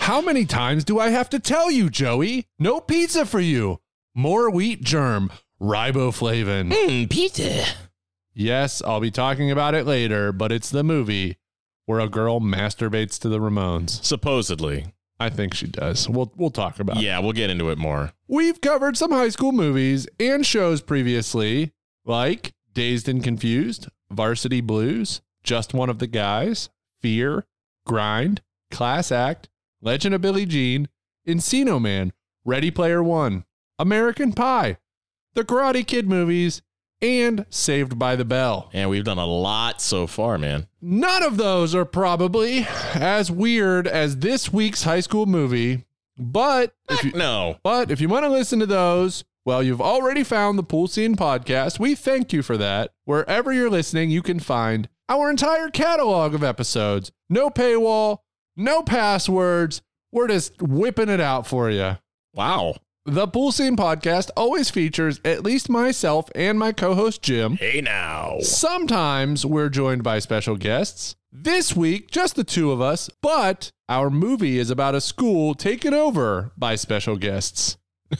How many times do I have to tell you, Joey? No pizza for you. More wheat germ, riboflavin. Mmm, pizza. Yes, I'll be talking about it later, but it's the movie where a girl masturbates to the Ramones. Supposedly. I think she does. We'll we'll talk about it. Yeah, we'll get into it more. We've covered some high school movies and shows previously, like Dazed and Confused, Varsity Blues, Just One of the Guys, Fear, Grind, Class Act, Legend of Billie Jean, Encino Man, Ready Player One, American Pie, The Karate Kid movies, and Saved by the Bell. And we've done a lot so far, man. None of those are probably as weird as this week's high school movie, but if you, Heck no. but if you want to listen to those, well, you've already found the Pool Scene podcast. We thank you for that. Wherever you're listening, you can find our entire catalog of episodes. No paywall, no passwords. We're just whipping it out for you. Wow. The Pool Scene podcast always features at least myself and my co host Jim. Hey now. Sometimes we're joined by special guests. This week, just the two of us, but our movie is about a school taken over by special guests.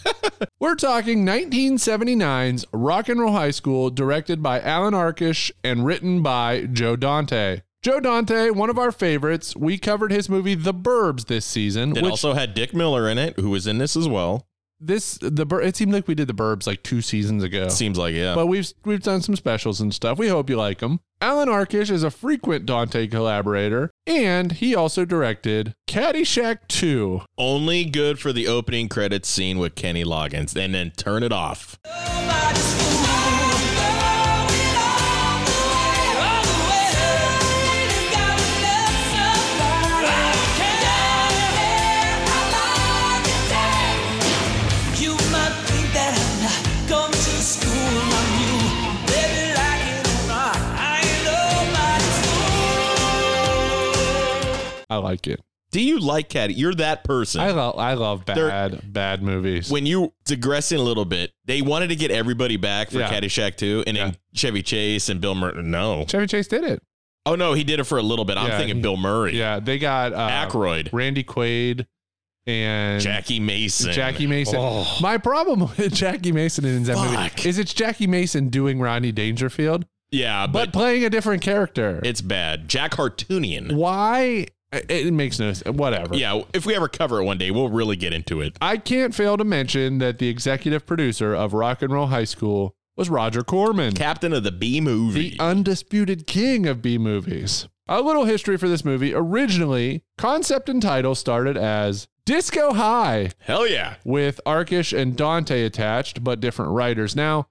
we're talking 1979's Rock and Roll High School, directed by Alan Arkish and written by Joe Dante. Joe Dante, one of our favorites, we covered his movie The Burbs this season. It which also had Dick Miller in it, who was in this as well. this the Bur- it seemed like we did The Burbs like two seasons ago. Seems like, yeah. Oh. But we've we've done some specials and stuff. We hope you like them. Alan Arkish is a frequent Dante collaborator, and he also directed Caddyshack 2. Only good for the opening credits scene with Kenny Loggins, and then turn it off. You might think that I'm not coming to school on you. Baby, like it or not, I ain't nobody's fool. I like it. Do you like Caddy? You're that person. I love I love bad They're- bad movies. when you digressing a little bit, they wanted to get everybody back for Yeah. Caddyshack 2, and then Chevy Chase and Bill Murray. No. Chevy Chase did it. Oh, no, he did it for a little bit. I'm Yeah, thinking he- Bill Murray. Yeah, they got uh, Ackroyd. Randy Quaid and Jackie Mason. Jackie Mason. Oh. My problem with Jackie Mason in that Fuck. movie is it's Jackie Mason doing Ronnie Dangerfield, Yeah, but but, playing a different character. it's bad. Jack Hartoonian. Why? It it makes no sense. Whatever. Yeah, if we ever cover it one day, we'll really get into it. I can't fail to mention that the executive producer of Rock and Roll High School was Roger Corman, Captain of the B movie. the uh, undisputed king of B movies. A little history for this movie. Originally, concept and title started as Disco High Hell yeah. with Arkish and Dante attached, but different writers. Now,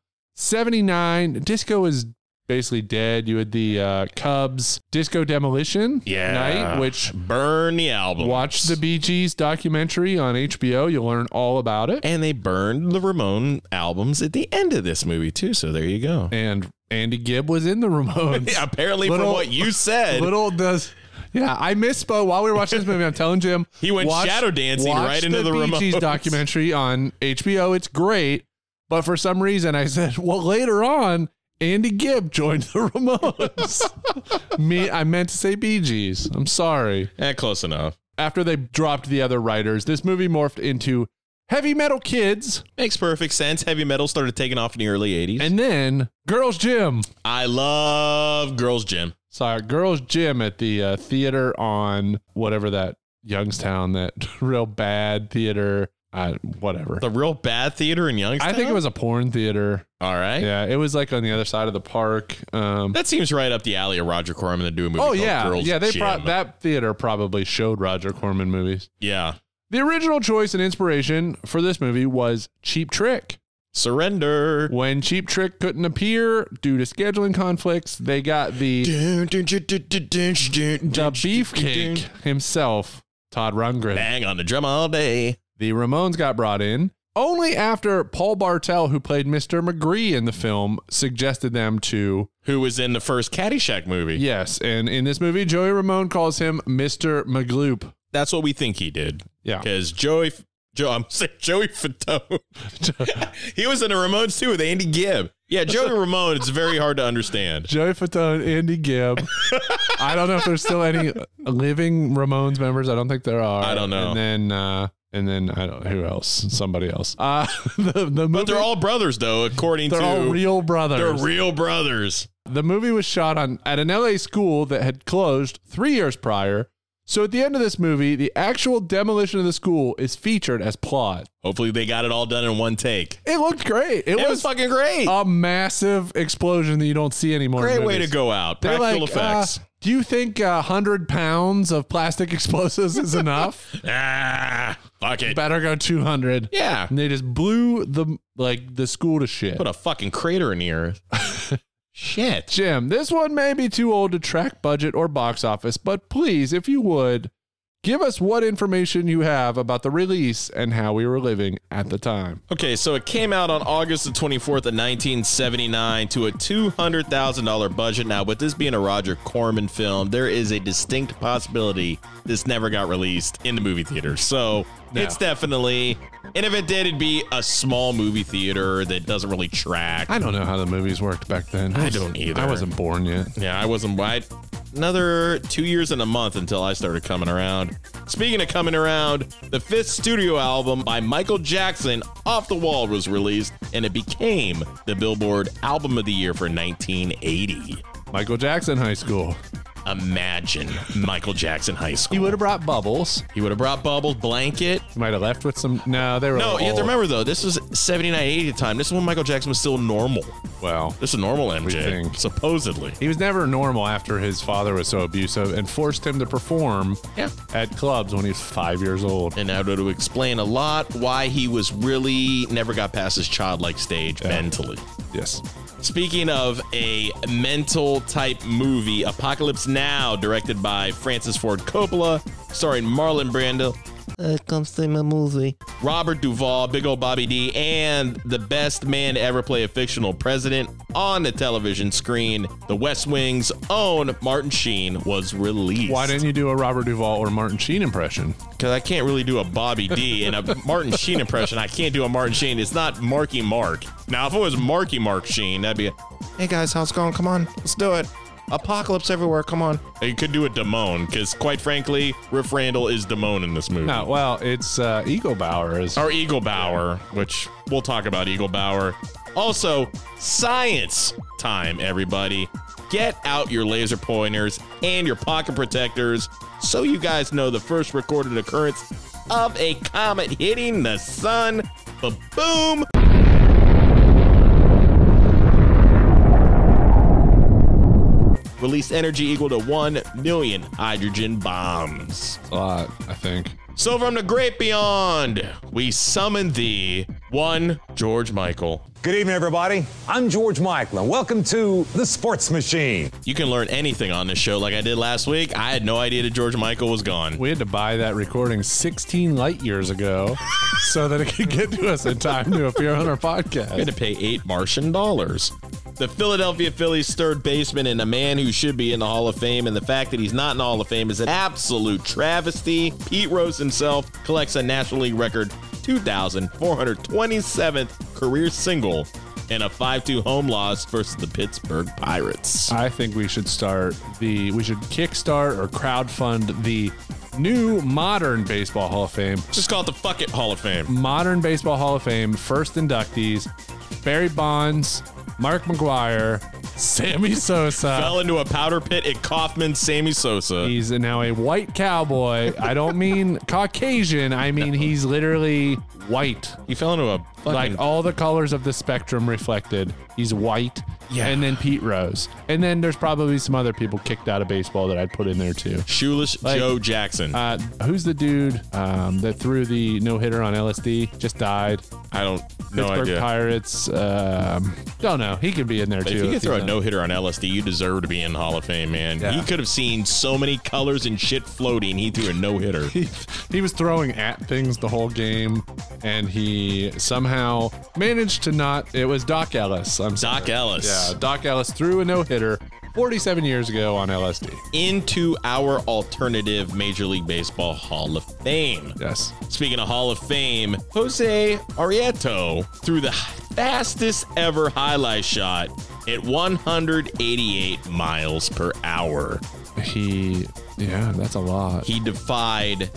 79, Disco is basically dead. You had the uh, Cubs Disco Demolition Yeah. night, which Burn the album. watch the Bee Gees documentary on HBO. You'll learn all about it. And they burned the Ramon albums at the end of this movie, too. So there you go. and Andy Gibb was in the Ramones. Yeah, apparently, Little- from what you said, Little does. Yeah, I misspoke while we were watching this movie. I'm telling Jim, He went shadow dancing watch right into the Bee Gees Ramones. documentary on HBO. It's great, but for some reason, I said, well, later on, Andy Gibb joined the Ramones. Me, I meant to say Bee Gees. I'm sorry. eh, close enough. After they dropped the other writers, this movie morphed into Heavy Metal Kids Makes perfect sense. Heavy metal started taking off in the early 80s. and then Girls Gym. I love Girls Gym. saw a girls gym at the uh, theater on whatever that Youngstown, that real bad theater, uh, whatever. The real bad theater in Youngstown. I think it was a porn theater. All right. Yeah, it was like on the other side of the park. Um, That seems right up the alley of Roger Corman to do a movie oh called yeah, Girls yeah. They Gym. pro- that theater probably showed Roger Corman movies. yeah. The original choice and inspiration for this movie was Cheap Trick. Surrender. When Cheap Trick couldn't appear due to scheduling conflicts, they got the the Beefcake himself, Todd Rundgren. Bang on the drum all day. The Ramones got brought in only after Paul Bartel, who played Mr. McGree in the film, suggested them to. Who was in the first Caddyshack movie? Yes, and in this movie, Joey Ramone calls him Mr. McGloop. That's what we think he did. Yeah. Because Joey, F- Joe, I'm saying Joey Fatone. he was in the Ramones too with Andy Gibb. Yeah, Joey Ramone, it's very hard to understand. Joey Fatone, Andy Gibb. I don't know if there's still any living Ramones members. I don't think there are. I don't know. And then, uh, and then I don't who else? Somebody else. Uh, the the movie. But they're all brothers, though, according they're to. all real they're brothers. real brothers. the movie was shot on at an LA school that had closed three years prior. So at the end of this movie, the actual demolition of the school is featured as plot. Hopefully, they got it all done in one take. It looked great. It, It, was, was, fucking great. a massive explosion that you don't see anymore. in great way to movies. go out. They're Practical like, effects. uh, do you think uh, 100 pounds of plastic explosives is enough? ah, fuck it. Better go 200. Yeah. And they just blew the like the school to shit. Put a fucking crater in the earth. Shit. Jim, this one may be too old to track budget or box office, but please, if you would, give us what information you have about the release and how we were living at the time. Okay, so it came out on August the 24th of 1979 to a $200,000 budget. Now, with this being a Roger Corman film, there is a distinct possibility this never got released in the movie theater. So No. it's definitely, and if it did, it'd be a small movie theater that doesn't really track. I don't know how the movies worked back then. I don't either. I wasn't born yet. Yeah, I wasn't wide. Another two years and a month until I started coming around. Speaking of coming around, the fifth studio album by Michael Jackson, Off the Wall, was released and it became the Billboard Album of the Year for 1980. Michael Jackson High School. Imagine Michael Jackson High School. He would have brought bubbles. He would have brought Bubble Blanket. He might have left with some. No, they were. No, all you have to old. remember though, this was 79, 80 time. This is when Michael Jackson was still normal. Well, This is normal MJ, think. supposedly. he was never normal after his father was so abusive and forced him to perform Yeah. at clubs when he was five years old. and that would explain a lot why he was really never got past his childlike stage mentally. Yes. Speaking of a mental type movie, Apocalypse Now, directed by Francis Ford Coppola, starring Marlon Brando, Uh, come see my movie. Robert Duvall, Big Ol' Bobby D, and the best man to ever play a fictional president on the television screen, The West Wing's own Martin Sheen was released. Why didn't you do a Robert Duvall or Martin Sheen impression? Because I can't really do a Bobby D and a Martin Sheen impression. I can't do a Martin Sheen. It's not Marky Mark. Now, if it was Marky Mark Sheen, that'd be. A, Hey guys, how's it going? Come on, let's do it. Apocalypse everywhere. Come on. you could do a Damone, because quite frankly, Riff Randall is Damone in this movie. No, well, it's uh, Ego Bauer is. Or Eagle Bauer, which we'll talk about Eagle Bauer. Also, science time, everybody. Get out your laser pointers and your pocket protectors so you guys know the first recorded occurrence of a comet hitting the sun. Ba boom! Release energy equal to 1 million hydrogen bombs. a lot, I think. So from the great beyond, we summon thee, one George Michael. Good evening, everybody. I'm George Michael, and welcome to The Sports Machine. You can learn anything on this show like I did last week. I had no idea that George Michael was gone. We had to buy that recording 16 light years ago so that it could get to us in time to appear on our We podcast. had to pay eight Martian dollars. The Philadelphia Phillies third baseman and a man who should be in the Hall of Fame, and the fact that he's not in the Hall of Fame is an absolute travesty. Pete Rose himself collects a National League record 2,427th career single and a 5 2 home loss versus the Pittsburgh Pirates. I think we should start the, we should kickstart or crowdfund the new modern Baseball Hall of Fame Just call it the Fuck It Hall of Fame. modern baseball Hall of Fame first inductees: Barry Bonds, Mark McGuire, Sammy Sosa. fell into a powder pit at Kaufman Sammy Sosa. He's now a white cowboy. I don't mean Caucasian. I mean he's literally white, He fell into a fucking like all the colors of the spectrum reflected. He's white. Yeah. And then Pete Rose. And then there's probably some other people kicked out of baseball that I'd put in there too. shoeless like- Joe Jackson. Uh, who's the dude um, that threw the no hitter on LSD? Just died. I don't no Pittsburgh idea. Pirates. Um, don't know. He could be in there But too. if you could if throw he's a not- no hitter on LSD, you deserve to be in the Hall of Fame, man. Yeah. He could have seen so many colors and shit floating. He threw a no hitter. he, he was throwing at things the whole game, and he somehow managed to not. It was Doc Ellis. I'm sorry. Doc Ellis Yeah, Doc Ellis threw a no hitter 47 years ago on LSD. into our alternative Major League Baseball Hall of Fame. Yes. Speaking of Hall of Fame, Jose Arieto threw the fastest ever highlight shot at 188 miles per hour. He, yeah, that's a lot. He defied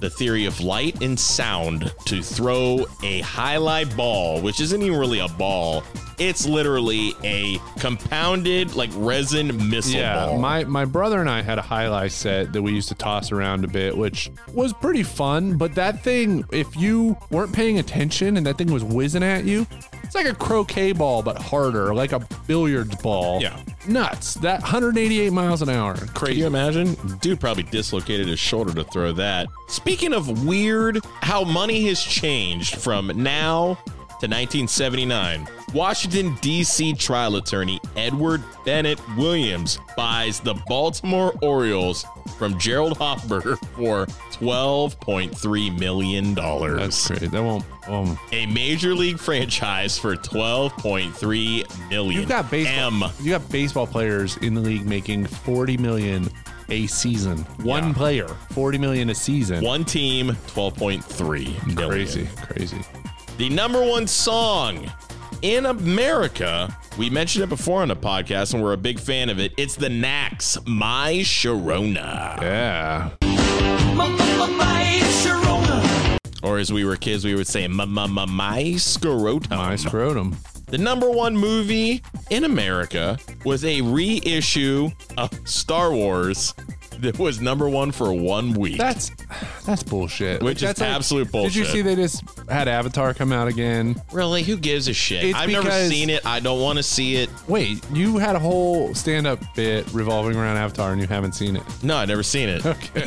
the theory of light and sound to throw a highlight ball, which isn't even really a ball. It's literally a compounded like resin missile Yeah, ball. my, my brother and I had a highlight set that we used to toss around a bit, which was pretty fun. But that thing, if you weren't paying attention and that thing was whizzing at you, it's like a croquet ball, but harder, like a billiards ball. Yeah. Nuts. That 188 miles an hour. Can Crazy. you imagine? Dude probably dislocated his shoulder to throw that. Speaking of weird, how money has changed from now to 1979. Washington, D.C. trial attorney Edward Bennett Williams buys the Baltimore Orioles from Gerald Hofberger for $12.3 million. That's crazy. That won't. Um, a major league franchise for $12.3 million. you got baseball. M. You got baseball players in the league making 40 million a season. One Yeah. player, 40 million a season. One team, 12.3 million. crazy, crazy. The number one song in America. We mentioned it before on the podcast, and we're a big fan of it. It's the Knacks, My Sharona. Yeah. My Sharona. Or as we were kids, we would say, "Ma- ma- ma- My Scarota. My scrotum. The number one movie in America was a reissue of Star Wars that was number one for one week. That's that's bullshit. Which is that's like- absolute Did you bullshit. see they just had Avatar come out again? really, who gives a shit? It's I've never because- seen it. I don't want to see it. Wait, you had a whole stand-up bit revolving around Avatar and you haven't seen it. No, I've never seen it. Okay.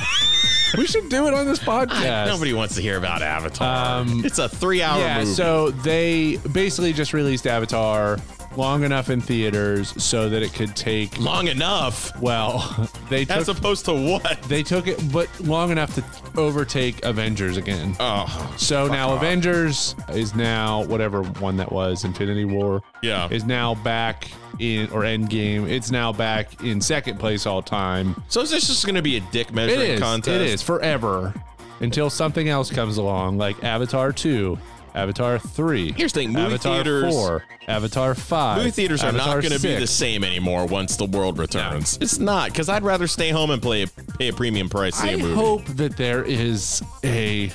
we should do it on this podcast. Nobody wants to hear about Avatar. Um, it's a three-hour yeah, movie. so they basically just released Avatar long enough in theaters so that it could take long enough well, they took as opposed to what? they took it but long enough to overtake Avengers again. Oh, So now Avengers is now whatever one that was, Infinity War. Yeah. Is now back in or Endgame. It's now back in second place all time. so is this just going to be a dick It measuring is. contest? It is forever until something else comes along like Avatar 2, Avatar 3. Here's the thing, movie Avatar theaters- 4, Avatar 5. Movie theaters are Avatar not going to be 6. the same anymore once the world returns. It's not because I'd rather stay home and play pay a premium price to see I a movie. hope that there is a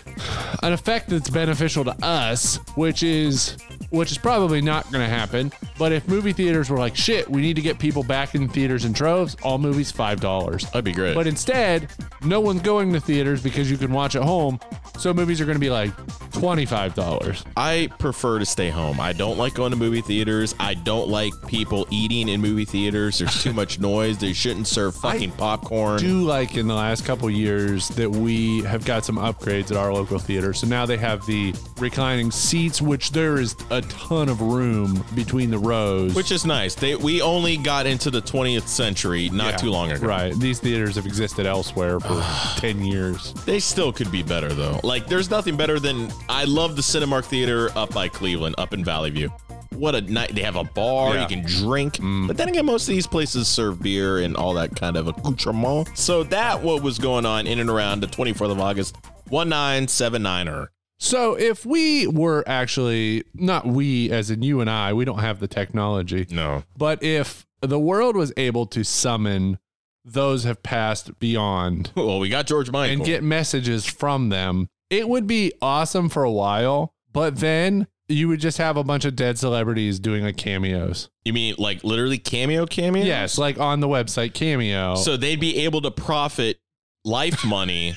an effect that's beneficial to us, which is which is probably not going to happen. But if movie theaters were like, shit, we need to get people back in theaters in troves, all movies five dollars. That'd be great. But instead, no one's going to theaters because you can watch at home. So movies are going to be like twenty five dollars. I prefer to stay home. I don't like going to movie theaters. I don't like people eating in movie theaters. There's too much noise. They shouldn't serve fucking popcorn. do like in the last couple years that we have got some upgrades at our local theater. So now they have the reclining seats, which there is a ton of room between the rows. which is nice. They we only got into the 20th century not too long ago. right, these theaters have existed elsewhere for ten years. They still could be better though. Like there's nothing better than I love the Cinemark Theater up by Cleveland, up in Valley View. What a night! They have a bar Yeah. Mm. you can drink, but then again, most of these places serve beer and all that kind of accoutrement. So that what was going on in and around the 24th of August, 1979er. So if we were actually not we as in you and I, we don't have the technology. No, But if the world was able to summon those have passed beyond well we got George Michael. and get messages from them. It would be awesome for a while, but then you would just have a bunch of dead celebrities doing like cameos. you mean like literally cameo cameo? Yes, like on the website cameo. So they'd be able to profit life money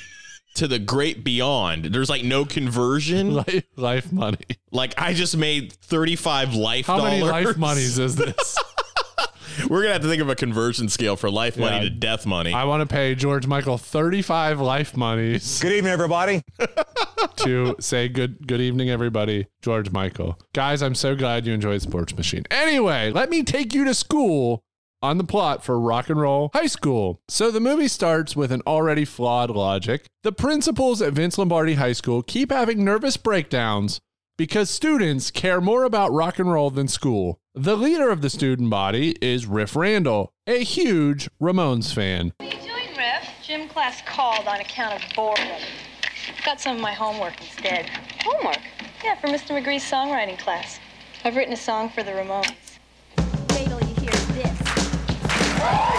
to the great beyond. There's like no conversion. life, life money. Like I just made 35 life How dollars. many life monies is this? We're gonna have to think of a conversion scale for life money Yeah. to death money. I want to pay George Michael 35 life monies Good evening, everybody. to say good good evening everybody, George Michael. Guys, I'm so glad you enjoyed Sports Machine. Anyway, let me take you to school on the plot for rock and roll high school. So the movie starts with an already flawed logic. The principals at Vince Lombardi High School keep having nervous breakdowns because students care more about rock and roll than school. The leader of the student body is Riff Randall, a huge Ramones fan. What are you doing, Rev? Gym class called on account of boredom. Got some of my homework instead. Homework? Yeah, for Mr. McGree's songwriting class. I've written a song for the Ramones. Wait till you hear this.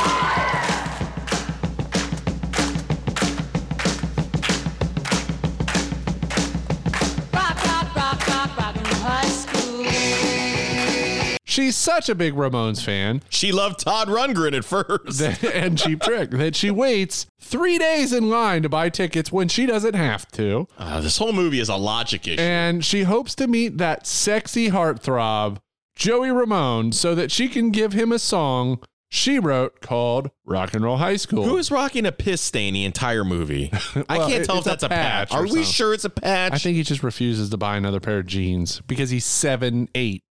Rock, rock, rock, rock, rockin' high school. She's such a big Ramones fan She loved Todd Rundgren at first. that- and Cheap Trick that she waits three days in line to buy tickets when she doesn't have to. Uh, this whole movie is a logic issue. And she hopes to meet that sexy heartthrob, Joey Ramone, so that she can give him a song she wrote called Rock and Roll High School. Who is rocking a piss stain the entire movie? I Well, can't it- tell it's if a that's a patch. patch or Are we something. sure it's a patch? I think he just refuses to buy another pair of jeans because he's seven eight.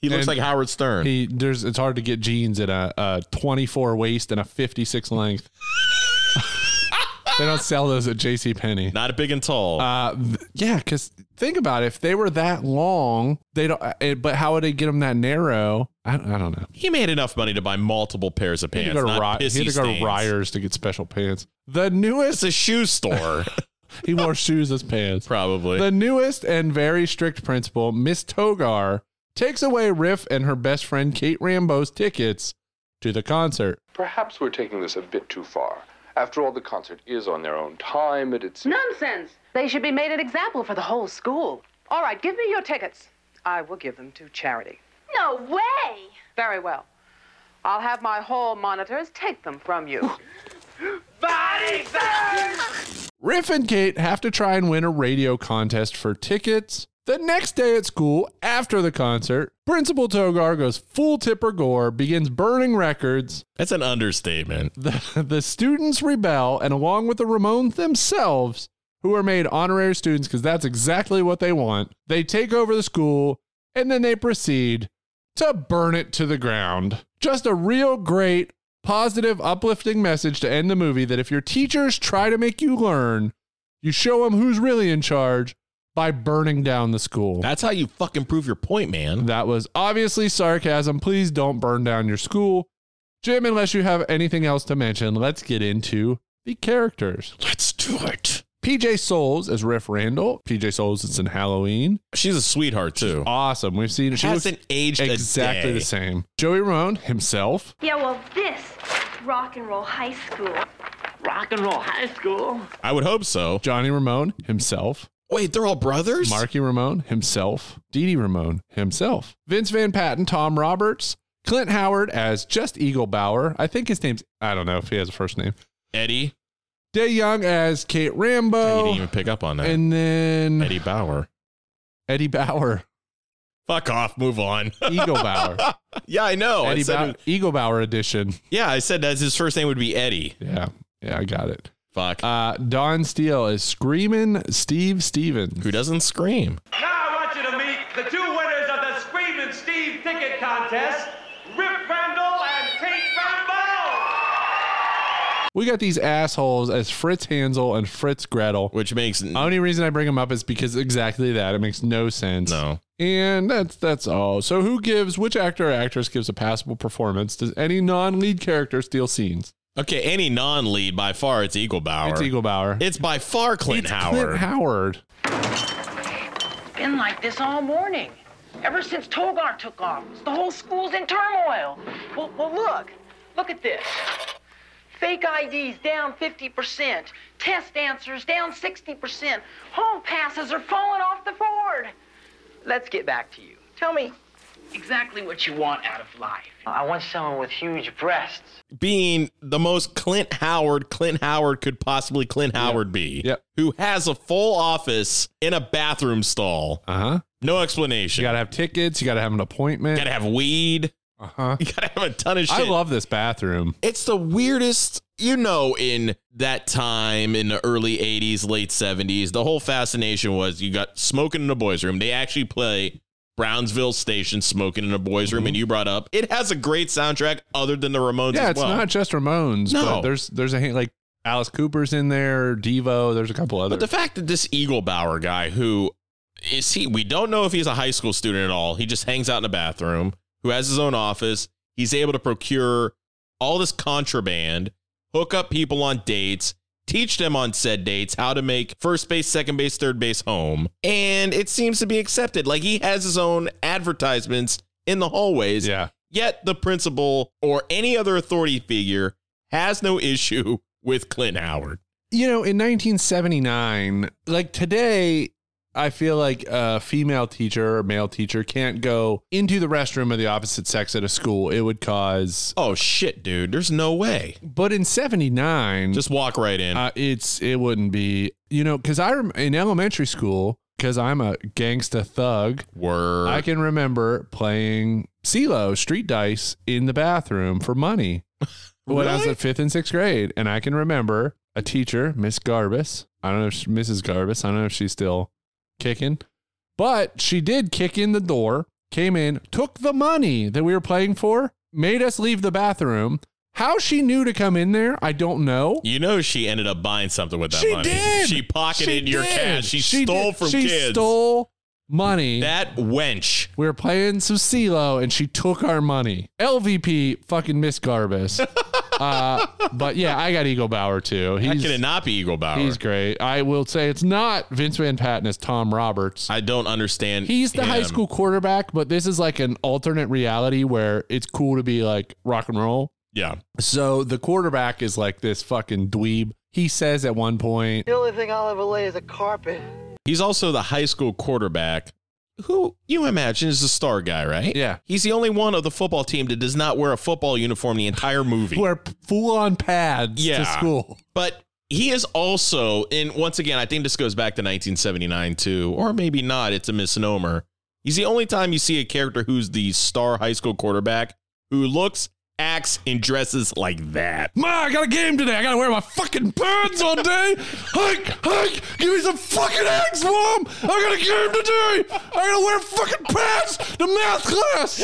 he looks and- like Howard Stern. He there's it's hard to get jeans in a, a twenty four waist and a fifty six length. they don't sell those at J.C. Penney. Not a big and tall. Uh, th- yeah, because think about it. If they were that long, they don't. Uh, but how would they get them that narrow? I, I don't know. he made enough money to buy multiple pairs of He pants. had to go, to, not Ry- he pissy had to, go to stains. Ryers to get special pants. The It's newest, a shoe store, he wore shoes as pants. probably. The newest and very strict principal, Miss Togar, takes away Riff and her best friend Kate Rambo's tickets to the concert. Perhaps we're taking this a bit too far. After all, the concert is on their own time, and it's. Nonsense. They should be made an example for the whole school. All right, give me your tickets. I will give them to charity. No way! Very well. I'll have my hall monitors take them from you. Riff and Kate have to try and win a radio contest for tickets. The next day at school, after the concert, Principal Togar goes full tipper gore, begins burning records. That's an understatement. The, the students rebel, and along with the Ramones themselves, who are made honorary students because that's exactly what they want, they take over the school and then they proceed to burn it to the ground. Just a real great, positive, uplifting message to end the movie that if your teachers try to make you learn, you show them who's really in charge by burning down the school. That's how you fucking prove your point, man. That was obviously sarcasm. Please don't burn down your school. Jim, unless you have anything else to mention, let's get into the characters. Let's do it. PJ Souls as Riff Randall. PJ Souls is in Halloween. She's a sweetheart too. Awesome. We've seen she looks Hasn't aged a exactly day. the same. Joey Ramone himself. Yeah, well, this is rock and roll high school. I would hope so. Johnny Ramone himself. Wait, they're all brothers. Marky Ramone himself. Dee Dee Ramone himself. Vince Van Patten, Tom Roberts. Clint Howard as just Eagle Bauer. I think his name's I don't know if he has a first name. Eddie. Day Young as Kate You Rambo. didn't even pick up on that. Oh. And then Eddie, Eddie Bauer. Bauer, Fuck off. Move on. Eagle Bauer, yeah, I know. Oh, I Eddie said, Bauer, Eagle Bauer edition. yeah, I said that his first name would be Eddie. Yeah, yeah, I got it. Fuck. Uh, Don Steele is screaming Steve Stevens. Who doesn't scream? Now I want you to meet the two winners of the Screamin' Steve ticket contest, Rip Randall and Kate Rambo! We got these assholes as Fritz Hansel and Fritz Gretel. Which makes n- Only reason I bring them up is because exactly that. It makes no sense. no. And that's that's all. So who gives which actor or actress gives a passable performance? Does any non-lead character steal scenes? Okay, any non-lead by far, it's Eagle Bauer. It's It's, Eagle Bauer. by far Clint Howard. Clint Howard. Been like this all morning. Ever since Togar took office, the whole school's in turmoil. Well, well look. Look at this. Fake IDs down 50%, test answers down 60%, hall passes are falling off the board. Let's get back to you. Tell me exactly what you want out of life. I want someone with huge breasts. Being the most Clint Howard Clint Howard could possibly Clint Howard be. Yep. Who has a full office in a bathroom stall. Uh huh. No You explanation. gotta have tickets. You gotta have an appointment. gotta have weed. Uh huh. You gotta have a ton of shit. I love this bathroom. it's the weirdest, you know, in that time in the early 80s, late 70s, the whole fascination was you got smoking in a boys' room. They actually play Brownsville Station smoking in a boys' room, and you brought up it has a great soundtrack other than the Ramones Mm-hmm. Yeah, as it's well. not just Ramones. No. but there's there's a hand- like Alice Cooper's in there, Devo. There's a couple other. but the fact that this Eagle Bauer guy, who is he, we don't know if he's a high school student at all, he just hangs out in a bathroom, who has his own office, he's able to procure all this contraband, hook up people on dates, teach them on said dates how to make first base, second base, third base home. And it seems to be accepted. Like he has his own advertisements in the hallways. Yeah. Yet the principal or any other authority figure has no issue with Clint Howard. you know, in 1979, like today, I feel like a female teacher or male teacher can't go into the restroom of the opposite sex at a school. It would cause. Oh shit, dude. There's no way. But in 79, Just walk right in. uh, it's it wouldn't be, you know, because I rem- in elementary school, because I'm a gangsta thug, Word. I can remember playing CeeLo street dice in the bathroom for money when I was Really? at fifth and sixth grade. And I can remember a teacher, Miss Garbus. I don't know if she, Mrs. Garbus, I don't know if she's still kicking, but she did kick in the door, came in, took the money that we were playing for, made us leave the bathroom. How she knew to come in there, I don't know. You know she ended up buying something with that she money. did. She pocketed She your did. cash. She, did. stole from she kids. stole money. that wench. We were playing some CeeLo and she took our money. LVP fucking Miss Garbus. uh, but yeah, I got Eagle Bauer too. How He's, can it not be Eagle Bauer? he's great. I will say it's not Vince Van Patten as Tom Roberts. I don't understand. He's the high him. school quarterback, but this is like an alternate reality where it's cool to be like rock and roll. Yeah. So the quarterback is like this fucking dweeb. He says at one point, The only thing I'll ever lay is a carpet. He's also the high school quarterback who you imagine is the star guy, right? Yeah. He's the only one of the football team that does not wear a football uniform the entire movie. wear full on pads to Yeah. school. But he is also, and once again, I think this goes back to 1979 too, or maybe not. It's a misnomer. He's the only time you see a character who's the star high school quarterback who looks, acts, and dresses like that. Ma, I got a game today. I gotta wear my fucking pads all day. Hike, hike, give me some fucking eggs, mom. I got a game today. I gotta wear fucking pads to math class.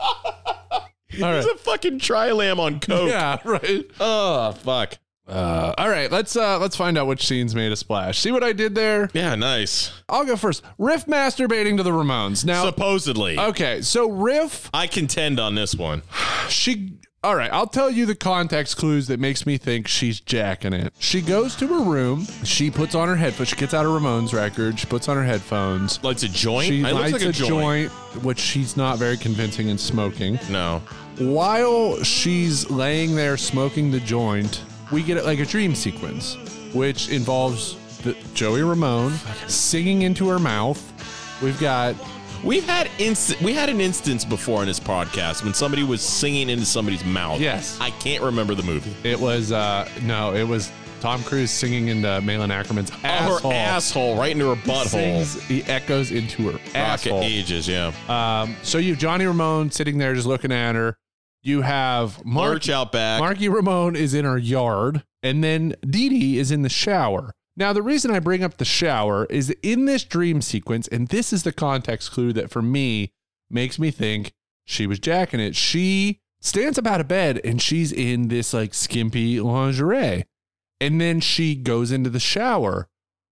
all He's right. a fucking tri-lam on coke. Yeah, right. Oh fuck. Uh, all right, let's uh, let's find out which scenes made a splash. See what I did there? Yeah, nice. I'll go first. Riff masturbating to the Ramones. Now, oh. Supposedly, okay, so Riff I contend on this one. she all right i'll tell you the context clues that makes me think she's jacking it she goes to her room she puts on her headphones she gets out her ramones record she puts on her headphones Lights a joint. she I looks lights like a, joint. which she's not very convincing in smoking No. while she's laying there smoking the joint we get like a dream sequence which involves the, joey ramone singing into her mouth we've got We've had inst- we had an instance before on this podcast when somebody was singing into somebody's mouth. Yes. I can't remember the movie. It was uh no, it was Tom Cruise singing into Malin Ackerman's asshole. Oh, Her asshole right into her butthole. Sings- he echoes into her Rocket E. asshole. ages, yeah. Um, so you have Johnny Ramone sitting there just looking at her. You have Mark, March out back. Marky Ramone is in her yard, and then Dee Dee is in the shower. Now, the reason I bring up the shower is in this dream sequence, and this is the context clue that for me makes me think she was jacking it. She stands up out of bed and she's in this like skimpy lingerie. And then she goes into the shower.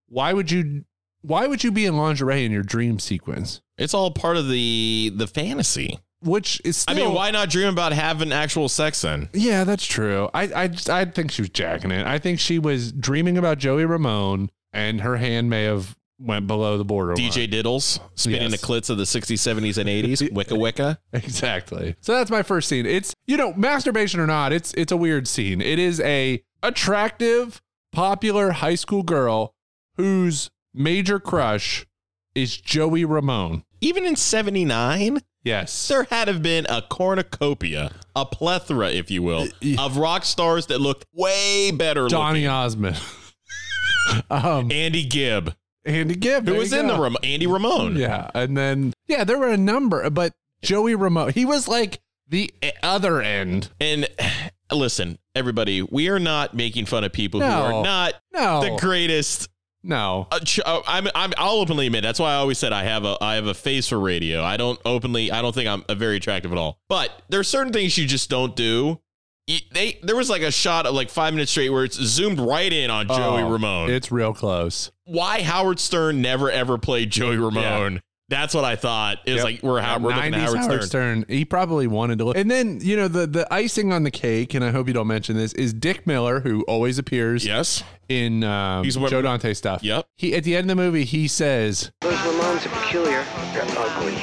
Why would you why would you be in lingerie in your dream sequence? it's all part of the the fantasy. Which is I still mean, why not dream about having actual sex then? Yeah, that's true. I I just- I think she was jacking it. I think she was dreaming about Joey Ramone, and her hand may have went below the border. DJ Diddles spinning Yes. the clits of the 60s, 70s, and 80s. Wicka wicka. line. exactly. So that's my first scene. It's you know masturbation or not, it's it's a weird scene. It is a attractive, popular high school girl whose major crush is Joey Ramone. Even in 79, Yes, there had have been a cornucopia, a plethora, if you will, of rock stars that looked way better Donny Osmond, um, looking. Andy Gibb, Andy Gibb, who there was you in the go. Ram- Andy Ramone. Yeah, and then yeah, there were a number, but Joey Ramone, he was like the e, other end. And listen, everybody, we are not making fun of people No. who are not No, the greatest. no, Uh, ch- uh, I'm, I'm, I'll openly admit that's why I always said I have a I have a face for radio. I don't openly. I don't think I'm uh, very attractive at all. But there are certain things you just don't do. Y- They there was like a shot of like five minutes straight where it's zoomed right in on Joey Oh, Ramone. It's real close. why Howard Stern never ever played Joey Ramone. That's what I thought. It was like we're, how, we're looking at 90s Howard, Howard Stern. Stern. He probably wanted to. Look. And then you know the the icing on the cake, and I hope you don't mention this is Dick Miller, who always appears. Yes, in um, He's what- Joe Dante stuff. Yep. He at the end of the movie he says, Those Ramones are peculiar. They're ugly.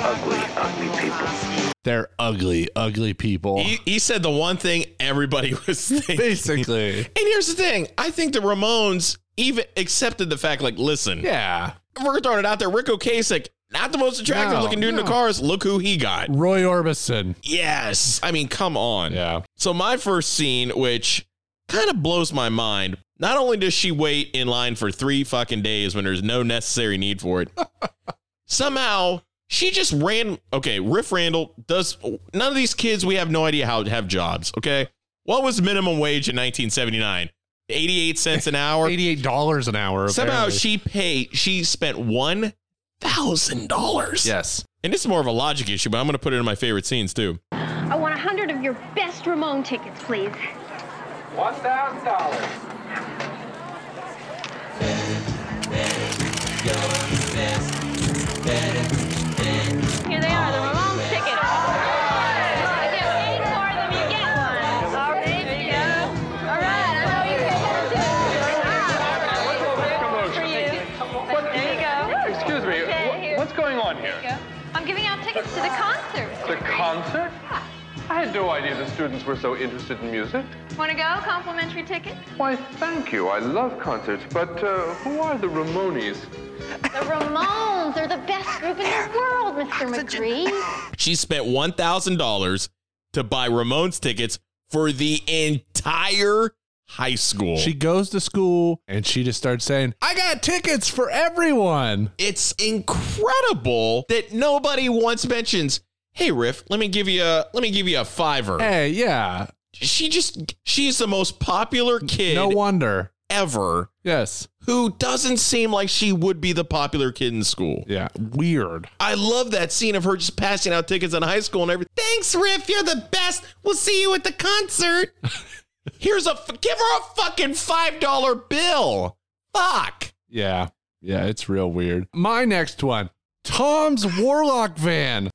Ugly, ugly people. "They're ugly, ugly people." He, he said the one thing everybody was thinking. Basically. And here's the thing I think the Ramones even accepted the fact, like, listen, yeah. we're throwing it out there. Rick Ocasek, not the most attractive No, looking dude in no. the cars. Look who he got. Roy Orbison. Yes. I mean, come on. Yeah. So, my first scene, which kind of blows my mind, not only does she wait in line for three fucking days when there's no necessary need for it, somehow she just ran. Okay, Riff Randall does. None of these kids, we have no idea how to have jobs. Okay. What was minimum wage in 1979? 88 cents an hour. Eighty-eight dollars an hour. Somehow apparently. she paid, she spent $1,000. Yes. And this is more of a logic issue, but I'm going to put it in my favorite scenes too. I want a hundred of your best Ramon tickets, please. One thousand dollars. Here they are, the Ramon ticket. I get paid for them, you get one. All right, there you go. All right, I know you can get it. Excuse me, wh- what's going on here? I'm giving out tickets to the concert. The concert? I had no idea the students were so interested in music. Want to go? Complimentary ticket? Why, thank you. I love concerts, but uh, who are the Ramones? The Ramones are the best group in the world, Mr. McGree. She spent $1,000 to buy Ramon's tickets for the entire high school. She goes to school and she just starts saying, "I got tickets for everyone." it's incredible that nobody once mentions, "Hey Riff, let me give you a let me give you a fiver." Hey, yeah. She just she's the most popular kid No wonder. ever Yes. who doesn't seem like she would be the popular kid in school. Yeah. Weird. I love that scene of her just passing out tickets in high school and everything. Thanks, Riff. You're the best. We'll see you at the concert. Here's a f- give her a fucking five dollar bill. Fuck. Yeah. Yeah, it's real weird. My next one. Tom's Warlock van. It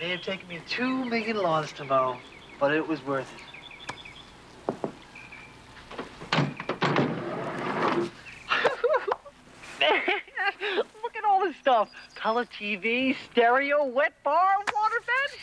may have taken me two million lawns tomorrow, but it was worth it. Look at all this stuff. Color TV, stereo, wet bar, water bed.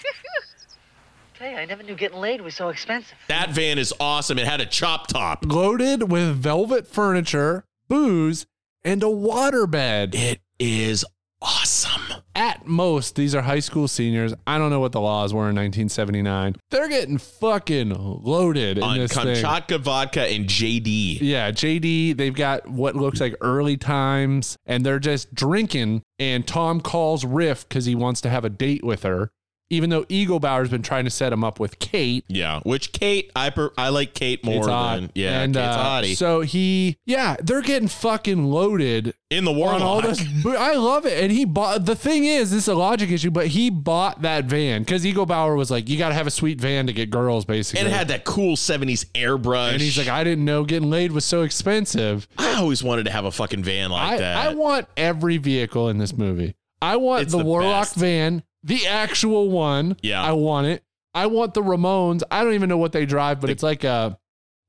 Tell you, I never knew getting laid was so expensive. That van is awesome. It had a chop top. loaded with velvet furniture, booze, and a waterbed. It is awesome. At most, these are high school seniors. I don't know what the laws were in 1979. They're getting fucking loaded in On this thing. Kamchatka vodka and JD. Yeah, JD, they've got what looks like early times, and they're just drinking. And Tom calls Riff because he wants to have a date with her, even though Eaglebauer's been trying to set him up with Kate. Yeah, which Kate, I per, I like Kate more It's than odd. yeah, and, Kate's uh, hottie. so he, yeah, they're getting fucking loaded in the on warlock. all this. But I love it. And he bought the thing is this is a logic issue, but he bought that van because Eagle Bauer was like, you got to have a sweet van to get girls, basically. and it had that cool '70s airbrush. and he's like, I didn't know getting laid was so expensive. I always wanted to have a fucking van like I, that. I want every vehicle in this movie. I want It's the, the Warlock best. van, the actual one. Yeah. I want it. I want the Ramones. I don't even know what they drive, but it's like a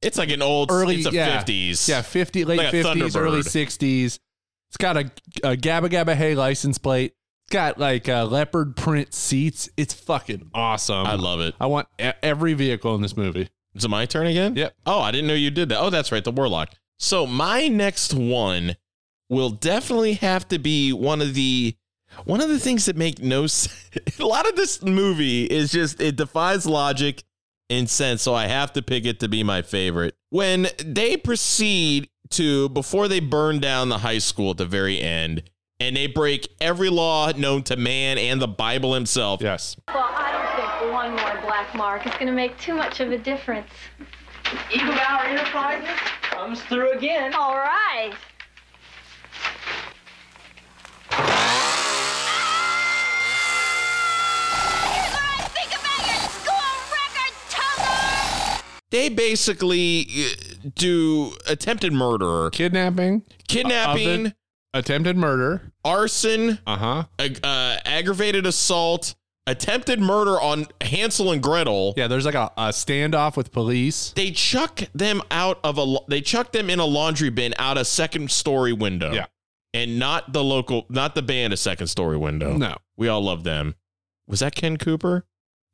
it's like an old early early, it's a yeah, 50s. Yeah, 50, late Like a 50s, early Thunderbird. 60s. It's got a, a Gabba Gabba Hay license plate. It's got like uh, leopard print seats. It's fucking awesome. I love it. I want e- every vehicle in this movie. Is it my turn again? Yep. Oh, I didn't know you did that. Oh, that's right, the warlock. So my next one will definitely have to be one of the one of the things that make no sense. A lot of this movie is just it defies logic and sense. So I have to pick it to be my favorite. When they proceed to before they burn down the high school at the very end, and they break every law known to man and the Bible himself. Yes. Well, I don't think one more black mark is going to make too much of a difference. Eagle Hour Enterprises comes through again. All right. They basically uh, do attempted murder. Kidnapping. Of kidnapping of, the- attempted murder, arson, uh-huh, ag- uh, aggravated assault, attempted murder on Hansel and Gretel. Yeah, there's like a, a standoff with police. They chuck them out of a. la- They chuck them in a laundry bin out a second story window. Yeah. and not the local, not the band, a second story window. No, we all love them. Was that Ken Cooper?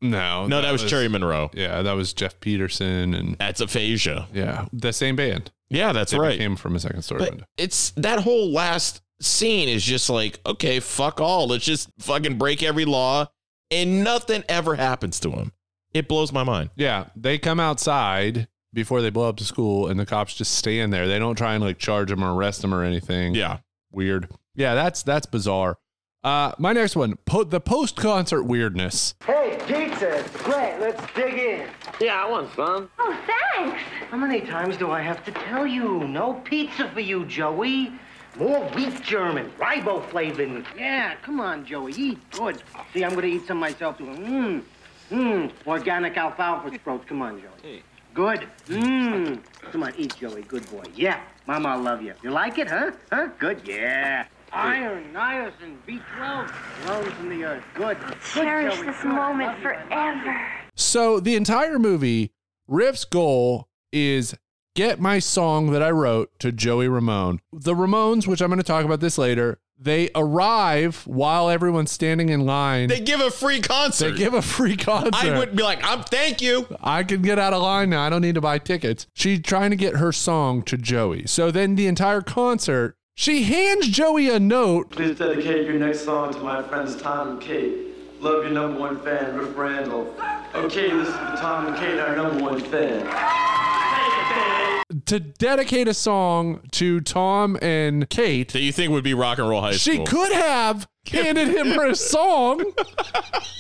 no, no, that, was, Cherry Monroe. Yeah, that was Jeff Peterson and That's aphasia. yeah, the same band. Yeah, that's They right. Came from a second story But window. it's that whole last scene is just like, okay, fuck all. Let's just fucking break every law, and nothing ever happens to him. It blows my mind. Yeah, they come outside before they blow up the school, and the cops just stand there. They don't try and like charge them or arrest them or anything. Yeah. weird. Yeah, that's that's bizarre. Uh, my next one, po- the post concert weirdness. Hey, pizza! It's great. Let's dig in. Yeah, I want some. Oh, thanks. How many times do I have to tell you? No pizza for you, Joey. More wheat German, riboflavin. Yeah, come on, Joey. Eat good. See, I'm gonna eat some myself too. Mmm. Mmm. Organic alfalfa sprouts. Come on, Joey. Good. Mmm. Come on, eat, Joey. Good boy. Yeah. Mama, I love you. You like it, huh? Huh? Good. Yeah. Iron, niacin, B12, grows from the earth. Good. Good, Cherish Joey. this Good. moment Love you. forever. So the entire movie, Riff's goal is get my song that I wrote to Joey Ramone. The Ramones, which I'm going to talk about this later, they arrive while everyone's standing in line. They give a free concert. They give a free concert. I would be like, I'm thank you. I can get out of line now. I don't need to buy tickets. She's trying to get her song to Joey. So then the entire concert, she hands Joey a note. Please dedicate your next song to my friends Tom and Kate. Love your number one fan, Riff Randall. Okay, this is for Tom and Kate, our number one fan. to dedicate a song to Tom and Kate. That you think would be rock and roll high She school. could have handed him her song,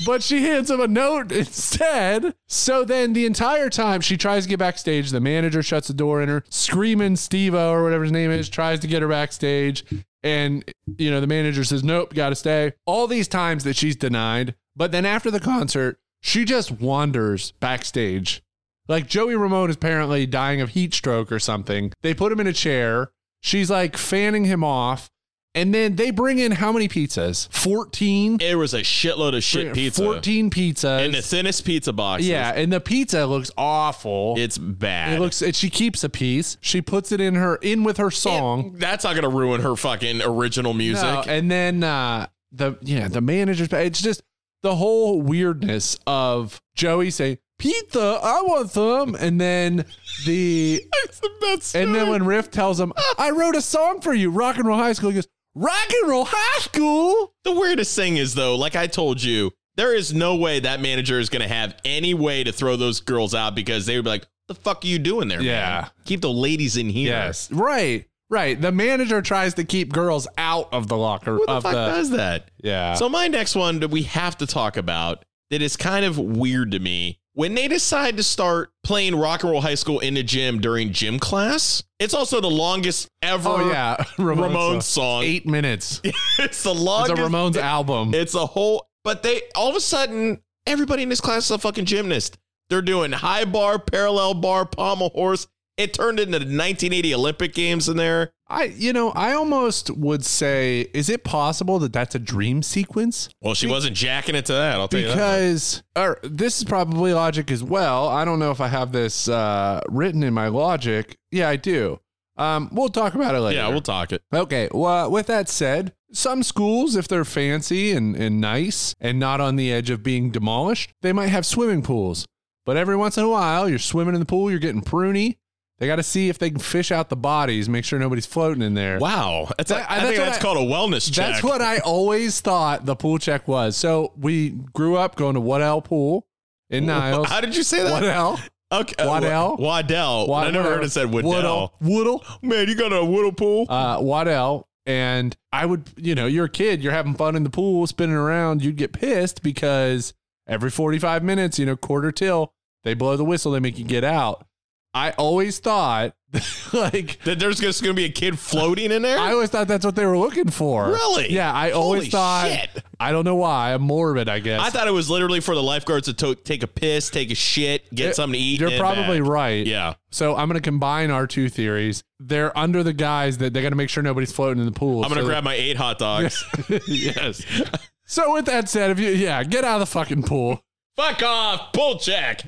but she hands him a note instead. So then the entire time she tries to get backstage, the manager shuts the door in her, screaming Steve O or whatever his name is, tries to get her backstage. And, you know, the manager says, nope, got to stay. All these times that she's denied. But then after the concert, she just wanders backstage like Joey Ramone is apparently dying of heat stroke or something. They put him in a chair. She's like fanning him off. And then they bring in how many pizzas? 14? It was a shitload of shit pizza. 14 pizzas. in the thinnest pizza box. yeah, and the pizza looks awful. It's bad. it looks and she keeps a piece. She puts it in her in with her song. That's not gonna ruin her fucking original music. No, and then uh the yeah, the manager's it's just the whole weirdness of Joey saying, Pizza, I want some. And then the It's the best And then story. when Riff tells him, I wrote a song for you, Rock and Roll High School, he goes, Rock and Roll High School? the weirdest thing is though, like I told you, there is no way that manager is gonna have any way to throw those girls out because they would be like, the fuck are you doing there? Yeah. Man? Keep the ladies in here. Right, right. The manager tries to keep girls out of the locker Who the of fuck does that? Yeah. So my next one that we have to talk about that is kind of weird to me when they decide to start playing rock and roll high school in the gym during gym class. It's also the longest ever. Oh yeah. Ramones, Ramones song. Eight minutes. It's It's the a longest. Ramones album. It's a whole. But they all of a sudden everybody in this class is a fucking gymnast. They're doing high bar, parallel bar, pommel horse. It turned into the 1980 Olympic Games in there. I you know, I almost would say, is it possible that that's a dream sequence? Well, she wasn't jacking it to that. I'll tell you that. because or this is probably logic as well. I don't know if I have this uh, written in my logic. Yeah, I do. Um, we'll talk about it later. Yeah, we'll talk it. Okay. Well, with that said, some schools, if they're fancy and, and nice and not on the edge of being demolished, they might have swimming pools. But every once in a while, you're swimming in the pool, you're getting pruny. They got to see if they can fish out the bodies, make sure nobody's floating in there. Wow, that's That- I, that's think what that's I- called a wellness check. That's what I always thought the pool check was. So we grew up going to Waddell Pool in Niles. How did you say that? Waddell. Okay, uh, Waddell? Waddell. I never heard it said Waddell. Woodall. Woodall. Man, you got a Woodle pool? Uh, Waddell. And I would, you know, you're a kid, you're having fun in the pool, spinning around. You'd get pissed because every 45 minutes, you know, quarter till, they blow the whistle, they make you get out. I always thought like that there's just gonna be a kid floating in there. I always thought that's what they were looking for. Really? Yeah, I Holy always thought shit. I don't know why. I'm morbid, I guess. I thought it was literally for the lifeguards to, to- take a piss, take a shit, get It- something to eat. You're and probably back. right. Yeah. So I'm going to combine our two theories. They're under the guise that they got to make sure nobody's floating in the pool. I'm gonna So- grab my eight hot dogs. yes. So with that said, if you yeah, get out of the fucking pool. Fuck off, pool check.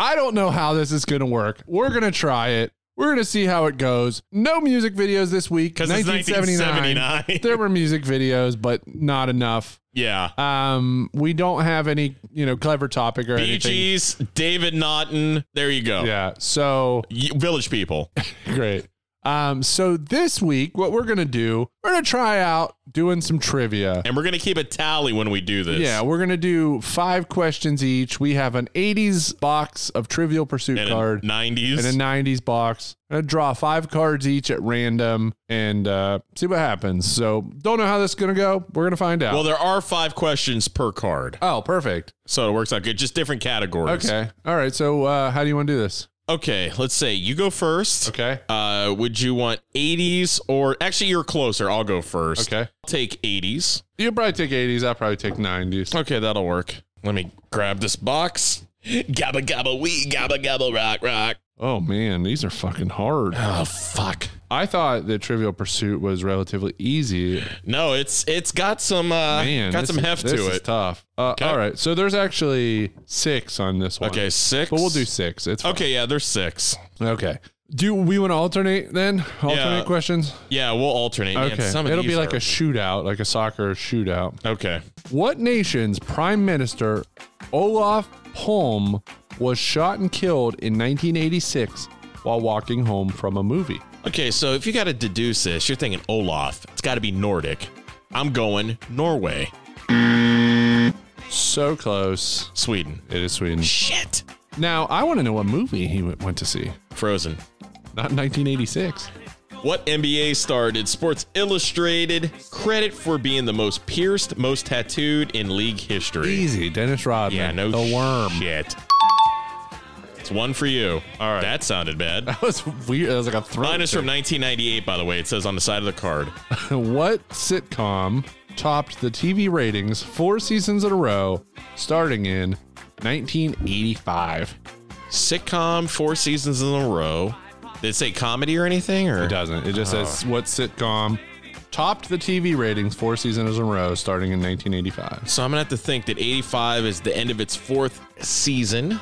I don't know how this is going to work. We're going to try it. We're going to see how it goes. No music videos this week 'Cause it's 1979. there were music videos, but not enough. Yeah. Um, we don't have any, you know, clever topic or Bee anything. Gees, David Naughton. There you go. Yeah. So Y- Village people. Great. Um, so this week, what we're gonna do, we're gonna try out doing some trivia. And we're gonna keep a tally when we do this. Yeah, we're gonna do five questions each. We have an '80s box of Trivial Pursuit And a card 90s. and a '90s box. I'm gonna draw five cards each at random and uh, see what happens. So don't know how this is gonna go. We're gonna find out. well, there are five questions per card. oh, perfect. So it works out good. Just different categories. Okay. All right. So uh, how do you want to do this? Okay. Let's say you go first. Okay. Uh, would you want 80s or actually you're closer. I'll go first. Okay. I'll take 80s. You probably take '80s. I'll probably take '90s. Okay, that'll work. Let me grab this box. Gabba gabba wee gabba gabba rock rock. Oh man, these are fucking hard. Oh fuck. I thought that Trivial Pursuit was relatively easy. No, it's it's got some uh Man, got this some is- heft this to is it. tough. Uh, Okay. All right, so there's actually six on this one. Okay, six. but we'll do six. It's fine. Okay, yeah, there's six. Okay. Do we want to alternate then? Alternate Yeah. questions. Yeah, we'll alternate. Man, Okay, some of it'll these be like are- a shootout, like a soccer shootout. okay. What nation's prime minister Olaf Palme was shot and killed in 1986 while walking home from a movie? Okay, so if you got to deduce this, you're thinking Olaf. It's got to be Nordic. I'm going Norway, So close. Sweden. It is Sweden. Shit. Now I want to know what movie he w- went to see. Frozen. Not 1986. What NBA star did Sports Illustrated credit for being the most pierced, most tattooed in league history? Easy, Dennis Rodman. Yeah, no the worm. Shit. It's one for you. All right. That sounded bad. That was weird. That was like a throw. Mine is from 1998, by the way. It says on the side of the card. what sitcom topped the TV ratings four seasons in a row, starting in 1985? Sitcom, four seasons in a row. Did it say comedy or anything? Or Uh-huh. It doesn't. It just says Oh. what sitcom topped the TV ratings four seasons in a row, starting in 1985. So I'm gonna have to think that 85 is the end of its fourth season.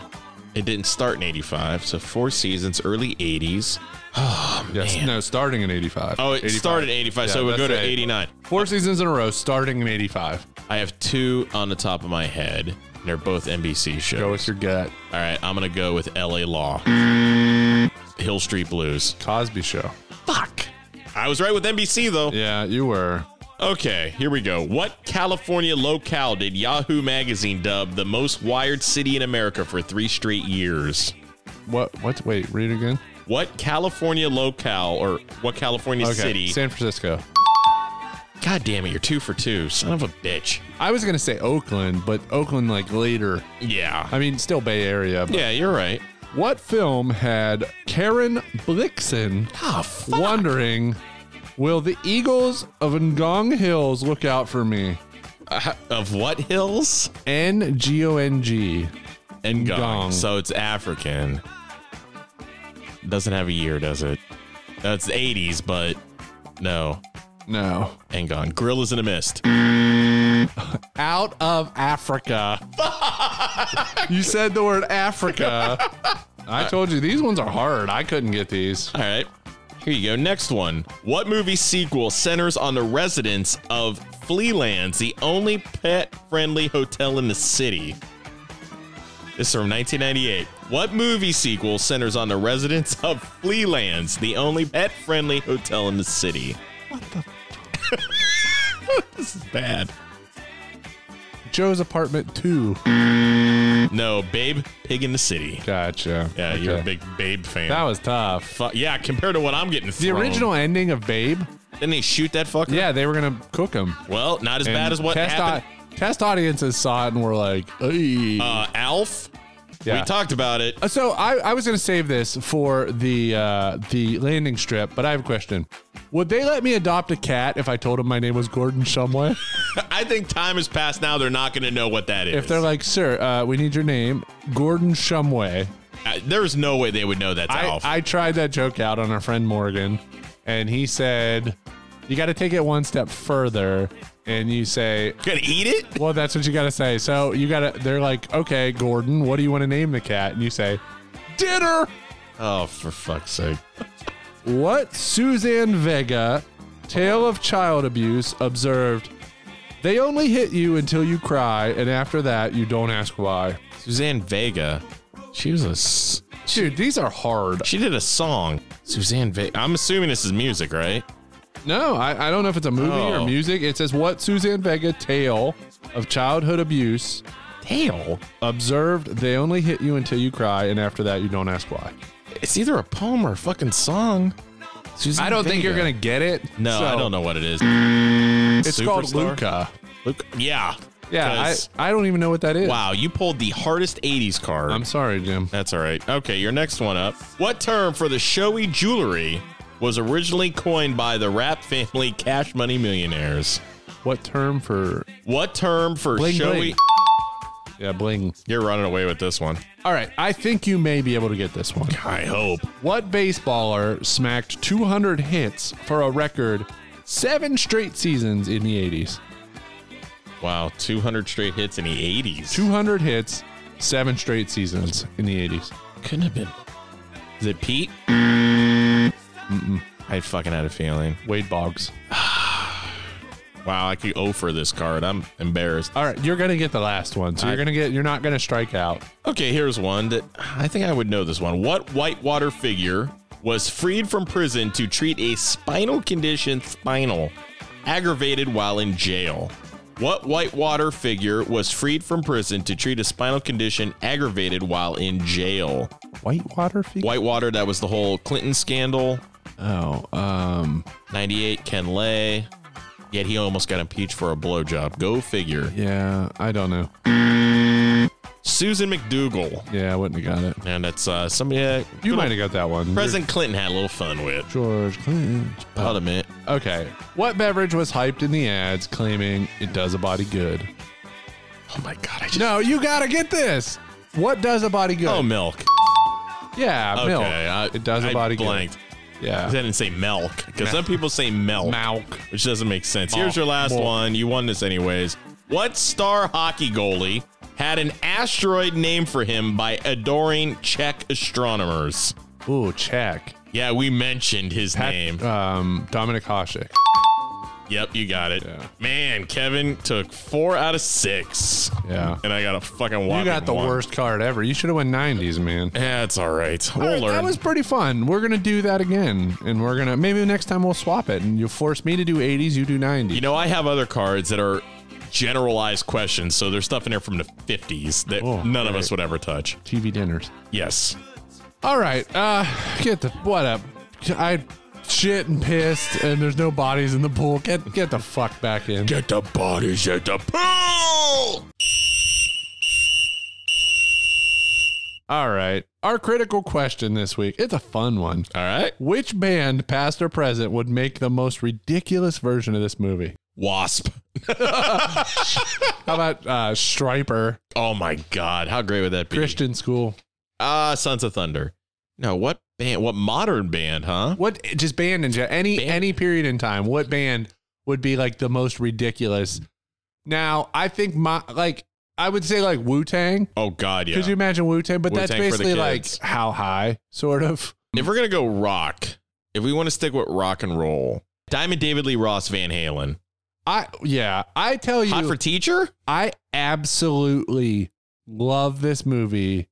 It didn't start in 85, so four seasons, early 80s. Yes, Man. no, starting in 85. Oh, it started in 85, so Yeah, it would go that's to right. 89. Four seasons in a row, starting in 85. I have two on the top of my head. and They're both NBC shows. Go with your gut. All right, I'm gonna go with LA Law, Hill Street Blues. Cosby Show. Fuck. I was right with NBC though. Yeah, you were. Okay, here we go. What California locale did Yahoo Magazine dub the most wired city in America for three straight years? What? What? Wait, read it again. What California locale or what California city? San Francisco. God damn it, you're two for two, son of a bitch. I was gonna say Oakland, but Oakland like later. Yeah. I mean, still Bay Area. But yeah, you're right. What film had Karen Blixen Ah, fuck. wondering, "Will the Eagles of Ngong Hills look out for me?" Of what hills? N G O N G. And Ngong. So it's African. Doesn't have a year, does it? That's the 80s, but no. No. Ngong. Gorillas in a Mist. Out of Africa. you said the word Africa. I told you these ones are hard. I couldn't get these. All right. Here you go. Next one. What movie sequel centers on the residents of Flealands, the only pet friendly hotel in the city? This is from 1998. What movie sequel centers on the residents of Flealands, the only pet friendly hotel in the city? What the? this is bad. Joe's Apartment 2. No, Babe, Pig in the City. Gotcha. Yeah, you're a Okay. big Babe fan. That was tough. Fu- yeah, compared to what I'm getting. The thrown. original ending of Babe. Didn't they shoot that fucker? Yeah, they were gonna cook him. Well, not as bad as what test happened. au- test audiences saw it and were like, "Ey." uh, Alf, Yeah. We talked about it. Uh, So I, I was going to save this for the uh, the landing strip, but I have a question. Would they let me adopt a cat if I told them my name was Gordon Shumway? I think time has passed now. They're not going to know what that is. if they're like, "Sir, uh, we need your name, Gordon Shumway," Uh, there's no way they would know that's I, Alf. I tried that joke out on our friend Morgan, and he said, "You got to take it one step further." And you say, Gonna eat it? "Well, that's what you got to say." So you got to. They're like, "Okay, Gordon, what do you want to name the cat?" And you say, "Dinner." Oh, for fuck's sake. What Suzanne Vega, tale of child abuse, observed. They only hit you until you cry, and after that, you don't ask why. Suzanne Vega. She was a. s- Dude, these are hard. She did a song. Suzanne Vega. I'm assuming this is music, right? No, I, I don't know if it's a movie Oh. or music. It says what Suzanne Vega tale of childhood abuse Tale. observed. They only hit you until you cry, and after that, you don't ask why. It's either a poem or a fucking song. Suzanne I don't think you're Vega. gonna get it. No, so- I don't know what it is. It's called Superstar? Luca. Luke. Yeah. Yeah, 'Cause- I, I don't even know what that is. wow, you pulled the hardest 80s card. I'm sorry, Jim. That's all right. Okay, your next one up. What term for the showy jewelry was originally coined by the rap family Cash Money Millionaires? What term for? What term for Bling, showy? bling. Yeah, bling. You're running away with this one. All right, I think you may be able to get this one. I hope. What baseballer smacked 200 hits for a record seven straight seasons in the 80s? Wow, 200 straight hits in the 80s. 200 hits, seven straight seasons in the 80s. couldn't have been. Is it Pete? I fucking had a feeling. Wade Boggs. Wow, I could go for this card. I'm embarrassed. All right, you're gonna get the last one, so I- you're gonna get. You're not gonna strike out. Okay, here's one that I think I would know this one. What Whitewater figure was freed from prison to treat a spinal condition, spinal, aggravated while in jail? What Whitewater figure was freed from prison to treat a spinal condition aggravated while in jail? Whitewater figure. Whitewater, that was the whole Clinton scandal, Oh, um, 98, Ken Lay. Yet he almost got impeached for a blowjob. Go figure. yeah, I don't know. Susan McDougal. Yeah, I wouldn't have got it. And that's uh, somebody that You might have got that one. President Clinton had a little fun with. George Clinton. Hold a minute. Okay, what beverage was hyped in the ads claiming it does a body good? Oh my god, I just No, you gotta get this. What does a body good? Oh milk. yeah, Okay, milk. I, it does a I body blanked. good. Yeah, I didn't say milk because some people say milk, milk. Oh, which doesn't make sense. Milk. Here's your last Milk. one. You won this anyways. What star hockey goalie had an asteroid named for him by adoring Czech astronomers? Ooh, check. Yeah, we mentioned his Pat- name. Um, Dominic Hasek. Yep, you got it. Yeah. Man, Kevin took four out of six. Yeah. and I got a fucking. You got whopping the one. worst card ever. You should have won 90s, man. Yeah, it's all right. We'll All right, learn. That was pretty fun. We're gonna do that again, and we're gonna maybe next time we'll swap it, and you'll force me to do 80s, you do 90s. You know, I have other cards that are generalized questions, so there's stuff in there from the 50s that Oh, none of right. us would ever touch. TV dinners. Yes. All right, uh, get the what up? I shit and pissed, and there's no bodies in the pool. Get get the fuck back in. Get the bodies at the pool! All right, our critical question this week. It's a fun one. All right. Which band, past or present, would make the most ridiculous version of this movie? Wasp. How about uh, Striper, Oh my God. How great would that be? Christian School? Ah, Sons of Thunder. No, what band? What modern band, huh? What just band in general, any Band. any period in time? What band would be like the most ridiculous? Now, I think my like I would say like Wu Tang. Oh, God, yeah. Could you imagine Wu Tang? But that's Wu-Tang for the basically like kids. how high, sort of. if we're going to go rock, if we want to stick with rock and roll, Diamond David Lee Ross Van Halen. I yeah. I tell you, Hot for Teacher? I absolutely love this movie.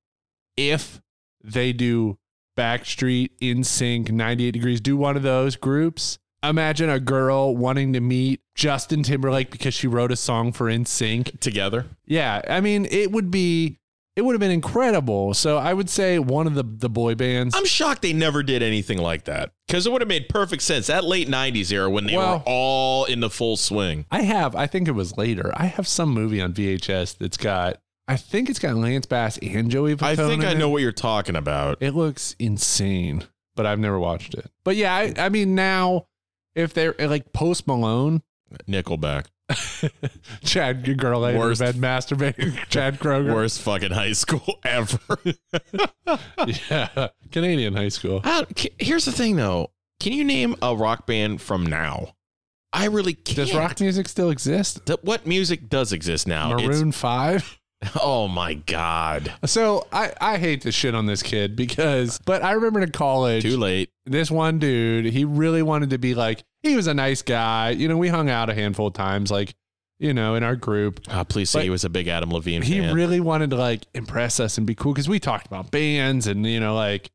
If they do Backstreet, In Sync, 98 Degrees, do one of those groups. Imagine a girl wanting to meet Justin Timberlake because she wrote a song for In Sync. Together. Yeah, I mean, it would be it would have been incredible. So I would say one of the the boy bands. I'm shocked they never did anything like that because it would have made perfect sense. That late 90s era when they Well- were all in the full swing. I have, I think it was later. I have some movie on VHS that's got I think it's got Lance Bass and Joey Fatone. I think in I it. know what you're talking about. It looks insane, but I've never watched it. But yeah, I, I mean now if they're eh, like post Malone, Nickelback. Chad Gerlach worst Worst- bed masturbating, Chad Kroger. Worst fucking high school ever. Yeah, Canadian high school. I- Uh, c- Here's the thing though. Can you name a rock band from now? I really can't. Does rock music still exist? Th- what music does exist now? It's- Maroon Five. oh my god. So I I hate to shit on this kid because, but I remember in college, Too late. this one dude, he really wanted to be like. He was a nice guy. You know, we hung out a handful of times, like you know, in our group. Ah, please say But- he was a big Adam Levine he fan. really wanted to like impress us and be cool because we talked about bands and you know like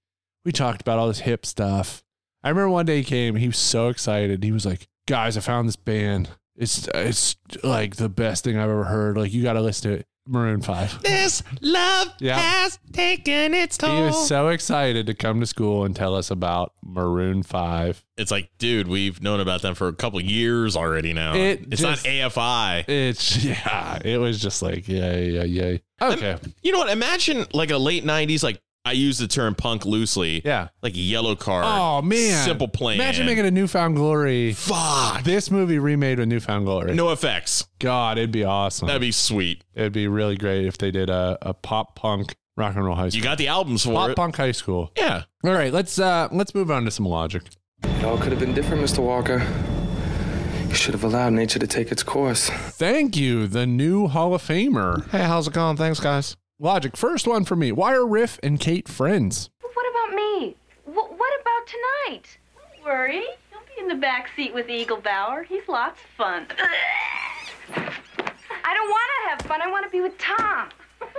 we talked about all this hip stuff i remember one day he came he was so excited he was like guys i found this band it's it's like the best thing i've ever heard like you gotta listen to it maroon 5 this love Yeah. has taken its he was so excited to come to school and tell us about maroon 5 it's like, dude, we've known about them for a couple years already now. It it's just- not AFI. it's yeah it was just like yeah yeah yeah okay You know what? Imagine like a late '90s, like I use the term punk loosely, yeah like yellow card. oh man simple plan. imagine making a newfound glory fuck this movie remade with newfound glory no effects. God, it'd be awesome. That'd be sweet. it'd be really great if they did a, a pop punk rock and roll high You school. got the albums for Pop it. punk high school. Yeah, All right, let's uh let's move on to some logic. It all could have been different, Mr. Walker. You should have allowed nature to take its course. Thank you, the new Hall of Famer. Hey, how's it going? Thanks, guys. Logic, first one for me. Why are Riff and Kate friends? But what about me? What, what about tonight? Don't worry. Don't be in the back seat with Eagle Bauer. He's lots of fun. I don't want to have fun. I want to be with Tom.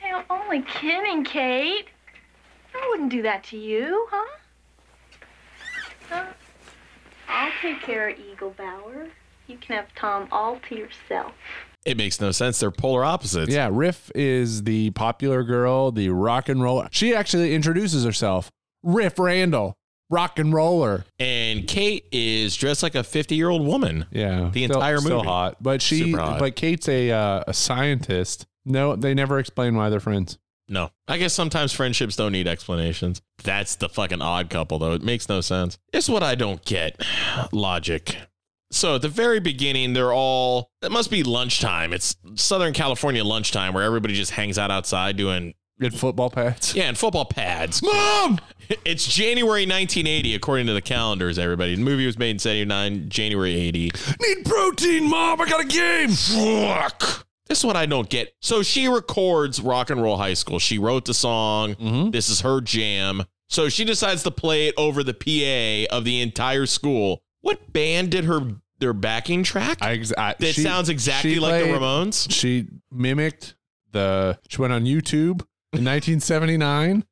hey, I'm only kidding, Kate. I wouldn't do that to you, huh? Huh? I'll take care of Eagle Bauer. You can have Tom all to yourself. it makes no sense. They're polar opposites. Yeah, Riff is the popular girl, the rock and roll. She actually introduces herself. Riff Randall, rock and roller. And Kate is dressed like a 50 year old woman. Yeah, The still- entire still movie. hot, but she, Super hot. but Kate's a uh, a scientist. No, they never explain why they're friends. No, I guess sometimes friendships don't need explanations. That's the fucking odd couple, though. It makes no sense. It's what I don't get logic. So at the very beginning, they're all, it must be lunchtime. It's Southern California lunchtime where everybody just hangs out outside doing, Good football pads. yeah, and football pads. Mom! It's January 1980, according to the calendars, everybody. The movie was made in 79, January 80. Need protein, mom. I got a game. Fuck. This is what I don't get. So she records Rock and Roll High School. She wrote the song. Mm-hmm. This is her jam. So she decides to play it over the PA of the entire school. What band did her their backing track? I, ex- I, that she- sounds exactly she like played- the Ramones. She mimicked the. She went on YouTube in 1979,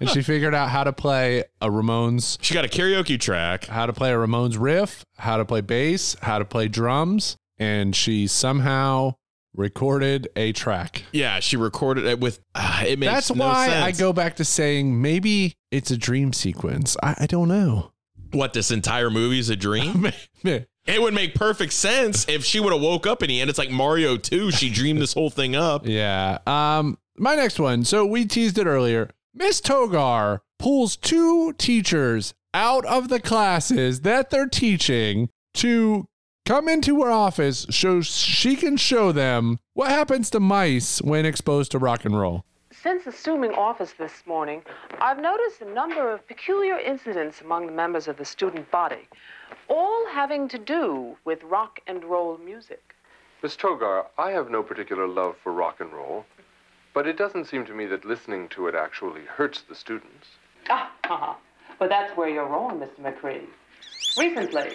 and she figured out how to play a Ramones, She got a karaoke track. how to play a Ramones riff, how to play bass, how to play drums, and she somehow recorded a track. Yeah, she recorded it with. ah, it makes That's no why sense. I go back to saying maybe it's a dream sequence. I, I don't know. What this entire movie is a dream. it would make perfect sense if she would have woke up in the end. It's like Mario Two. She dreamed this whole thing up. Yeah. Um, my next one. So we teased it earlier. Miss Togar pulls two teachers out of the classes that they're teaching to come into her office so she can show them what happens to mice when exposed to rock and roll. Since assuming office this morning, I've noticed a number of peculiar incidents among the members of the student body, all having to do with rock and roll music. Miss Togar, I have no particular love for rock and roll, but it doesn't seem to me that listening to it actually hurts the students. Ah, uh-huh. but that's where you're wrong, Mr. McCree. Recently,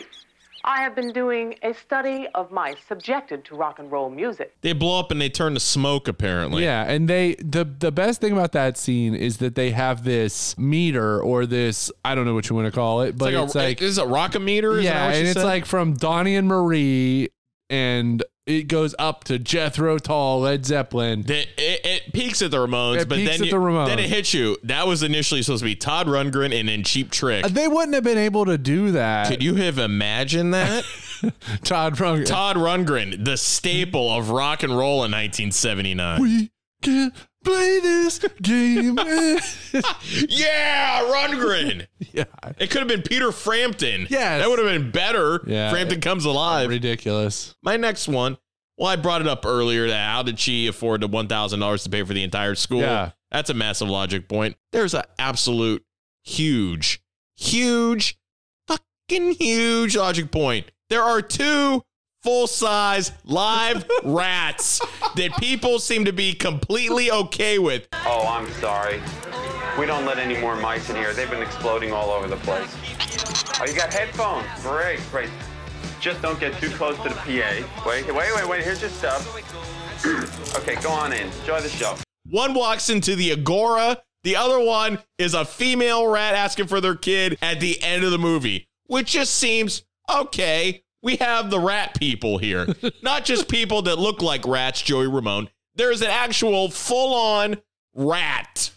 I have been doing a study of mice subjected to rock and roll music. They blow up and they turn to smoke, apparently. Yeah, and they the the best thing about that scene is that they have this meter or this I don't know what you want to call it, but Like it's a, like is it rockometer? Is that yeah, what she and it's said? like from Donnie and Marie, and it goes up to Jethro Tull, Led Zeppelin. Then it, it peaks at the Ramones, It but peaks then at you, the Ramones. then it hits you. That was initially supposed to be Todd Uh, Rundgren and then Cheap Trick. They wouldn't have been able to do that. Could you have imagined that? Todd Rundgren. Todd Rundgren, the staple of rock and roll in 1979. We can play this game. yeah, Rundgren. yeah. It could have been Peter Frampton. Yes. That would have been better. Yeah. Frampton comes alive. Ridiculous. My next one. Well, I brought it up earlier that how did she afford the $1,000 to pay for the entire school? Yeah. That's a massive logic point. There's an absolute huge, huge, fucking huge logic point. There are two full size live rats that people seem to be completely okay with. Oh, I'm sorry. We don't let any more mice in here. They've been exploding all over the place. Oh, you got headphones. Great, great. Just don't get too close to the PA. Wait, wait, wait, wait. Here's your stuff. okay, go on in. Enjoy the show. One walks into the Agora. The other one is a female rat asking for their kid at the end of the movie, which just seems okay. We have the rat people here, not just people that look like rats, Joey Ramone. There is an actual full on rat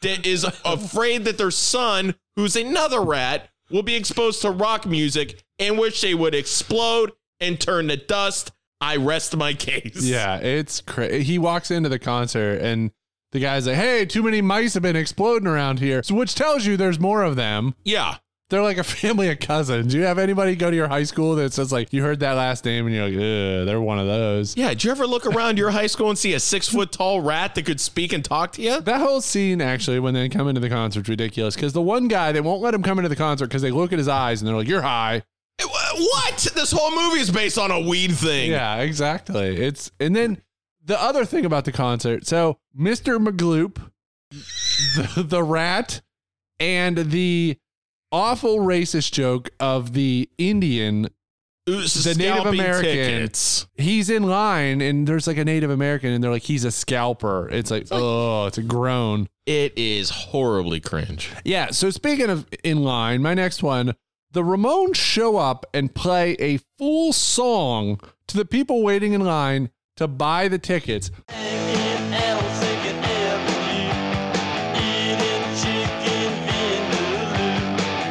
that is afraid that their son, who's another rat, will be exposed to rock music in which they would explode and turn to dust. I rest my case. Yeah, it's crazy. He walks into the concert and the guy's like, hey, too many mice have been exploding around here, so which tells you there's more of them. Yeah. They're like a family of cousins. Do you have anybody go to your high school that says, like, you heard that last name and you're like, Ugh, they're one of those? Yeah, did you ever look around your high school and see a six foot tall rat that could speak and talk to you? That whole scene, actually, when they come into the concert's ridiculous because the one guy, they won't let him come into the concert because they look at his eyes and they're like, you're high. What? This whole movie is based on a weed thing. Yeah, exactly. It's and then the other thing about the concert. So Mr. Magloop, the, the rat, and the awful racist joke of the Indian, Who's the Native scalping American. tickets? He's in line, and there's like a Native American, and they're like, he's a scalper. It's like, oh, it's a groan. It is horribly cringe. Yeah. So speaking of in line, my next one, the Ramones show up and play a full song to the people waiting in line to buy the tickets.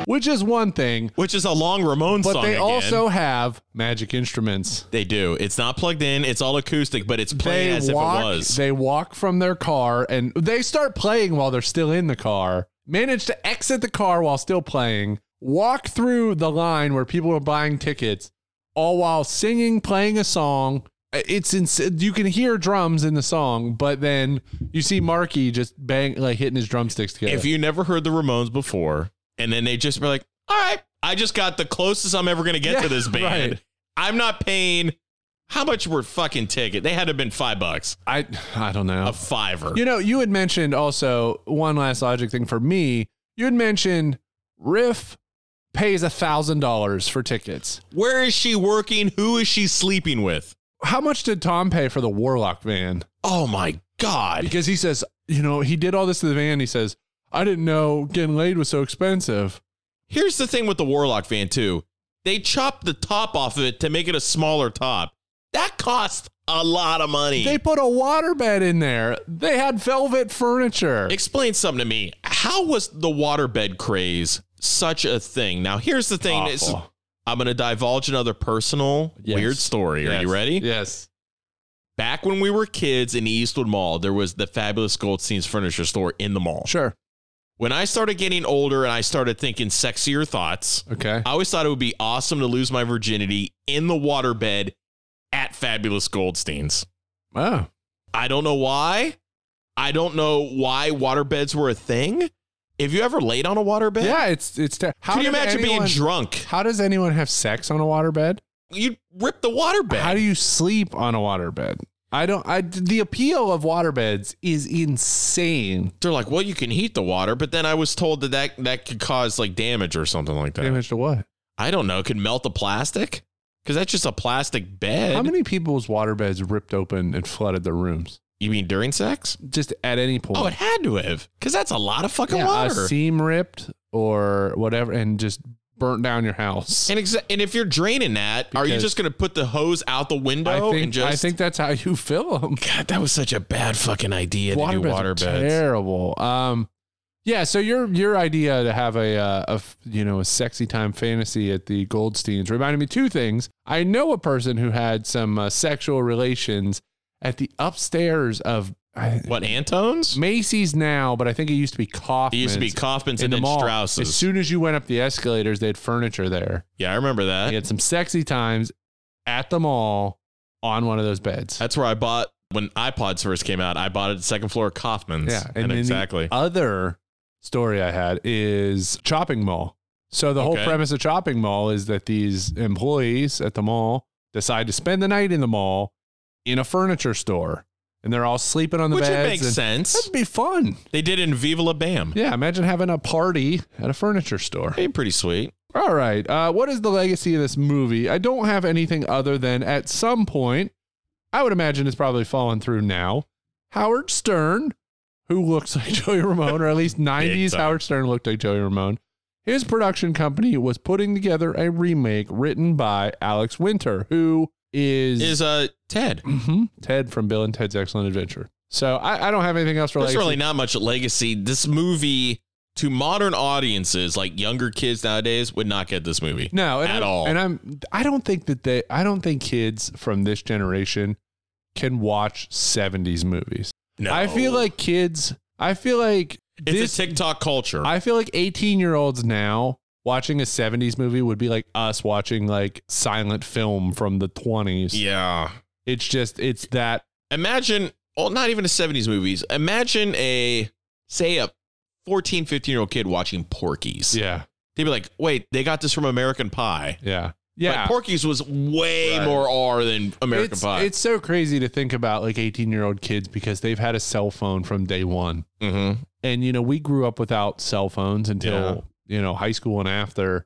Which is one thing, Which is a long Ramon but song. they again. also have magic instruments. they do. It's not plugged in. It's all acoustic, but it's playing as walk, if it was. They walk from their car and they start playing while they're still in the car. Manage to exit the car while still playing. Walk through the line where people are buying tickets, all while singing, playing a song. It's ins- you can hear drums in the song, but then you see Marky just bang like hitting his drumsticks together. If you never heard the Ramones before, and then they just were like, "All right, I just got the closest I'm ever going to get Yeah, to this band. right. I'm not paying." How much were fucking ticket? They had to have been five bucks, I I don't know a fiver. Oh. You know, you had mentioned also one last logic thing for me. You had mentioned Riff pays a thousand dollars for tickets. Where is she working? Who is she sleeping with? How much did Tom pay for the Warlock van? Oh my god! Because he says, you know, he did all this to the van. He says, I didn't know getting laid was so expensive. Here's the thing with the Warlock van too. They chopped the top off of it to make it a smaller top. That cost a lot of money. They put a waterbed in there. They had velvet furniture. Explain something to me. How was the waterbed craze such a thing? Now, here's the thing. This- Awful. I'm going to divulge another personal Yes. weird story. Are you Yes. ready? Yes. Back when we were kids in Eastwood Mall, there was the fabulous Goldstein's furniture store in the mall. Sure. When I started getting older and I started thinking sexier thoughts, Okay. I always thought it would be awesome to lose my virginity in the waterbed at Fabulous Goldstein's. Oh. I don't know why. I don't know why waterbeds were a thing. If you ever laid on a waterbed, Yeah, it's it's ter- how Can you did imagine anyone- being drunk? How does anyone have sex on a waterbed? You'd rip the waterbed. How do you sleep on a waterbed? I don't. I the appeal of waterbeds is insane. They're like, well, you can heat the water, but then I was told that that, that could cause like damage or something like that. Damage to what? I don't know. It could melt the plastic because that's just a plastic bed. How many people's waterbeds ripped open and flooded their rooms? You mean during sex? Just at any point. Oh, it had to have because that's a lot of fucking Yeah, water. A seam ripped or whatever, and just burnt down your house. And exa- and if you're draining that, are you Because- just going to put the hose out the window I and think just? I think that's how you fill them. God, that was such a bad fucking idea to do water Waterbeds are beds. terrible. Um, Yeah, so your your idea to have a, uh, a f- you know a sexy time fantasy at the Goldsteins reminded me two things. I know a person who had some uh, sexual relations at the upstairs of what Antone's Macy's now, but I think it used to be Kaufman's. It used to be Kaufman's and then Strauss's. As soon as you went up the escalators, they had furniture there. Yeah, I remember that. You had some sexy times at the mall on one of those beds. That's where I bought when iPods first came out. I bought it at second floor of Kaufman's. Yeah, and, then exactly. The other story I had is shopping mall. So the whole Okay. premise of shopping mall is that these employees at the mall decide to spend the night in the mall in a furniture store, and they're all sleeping on the Which it beds. makes and- sense. That'd be fun. they did it in Viva La Bam. Yeah, imagine having a party at a furniture store. Hey, pretty sweet. All right. Uh, what is the legacy of this movie? I don't have anything other than at some point, I would imagine it's probably fallen through now. Howard Stern, who looks like Joey Ramone, or at least 90s time. Howard Stern looked like Joey Ramone, his production company was putting together a remake written by Alex Winter, who is, Is uh Ted. Mhm, Ted from Bill and Ted's Excellent Adventure. So I, I don't have anything else for There's legacy. really not much legacy. This movie to modern audiences, like younger kids nowadays, would not get this movie. No, and at I'm, all. And I'm I don't think that they I don't think kids from this generation can watch 70s movies. No. I feel like kids I feel like it's this a TikTok culture. I feel like 18-year-olds now watching a 70s movie would be like us watching like silent film from the 20s. yeah. It's just it's that Imagine, well, not even a 70s movies. Imagine a, say, a 14, 15 year old kid watching Porky's. yeah. They'd be like, wait, they got this from American Pie. Yeah. Like, Yeah. Porky's was way more R than American it's, Pie. it's so crazy to think about like 18 year old kids because they've had a cell phone from day one. mm-hmm. and you know we grew up without cell phones until Yeah. you know high school and after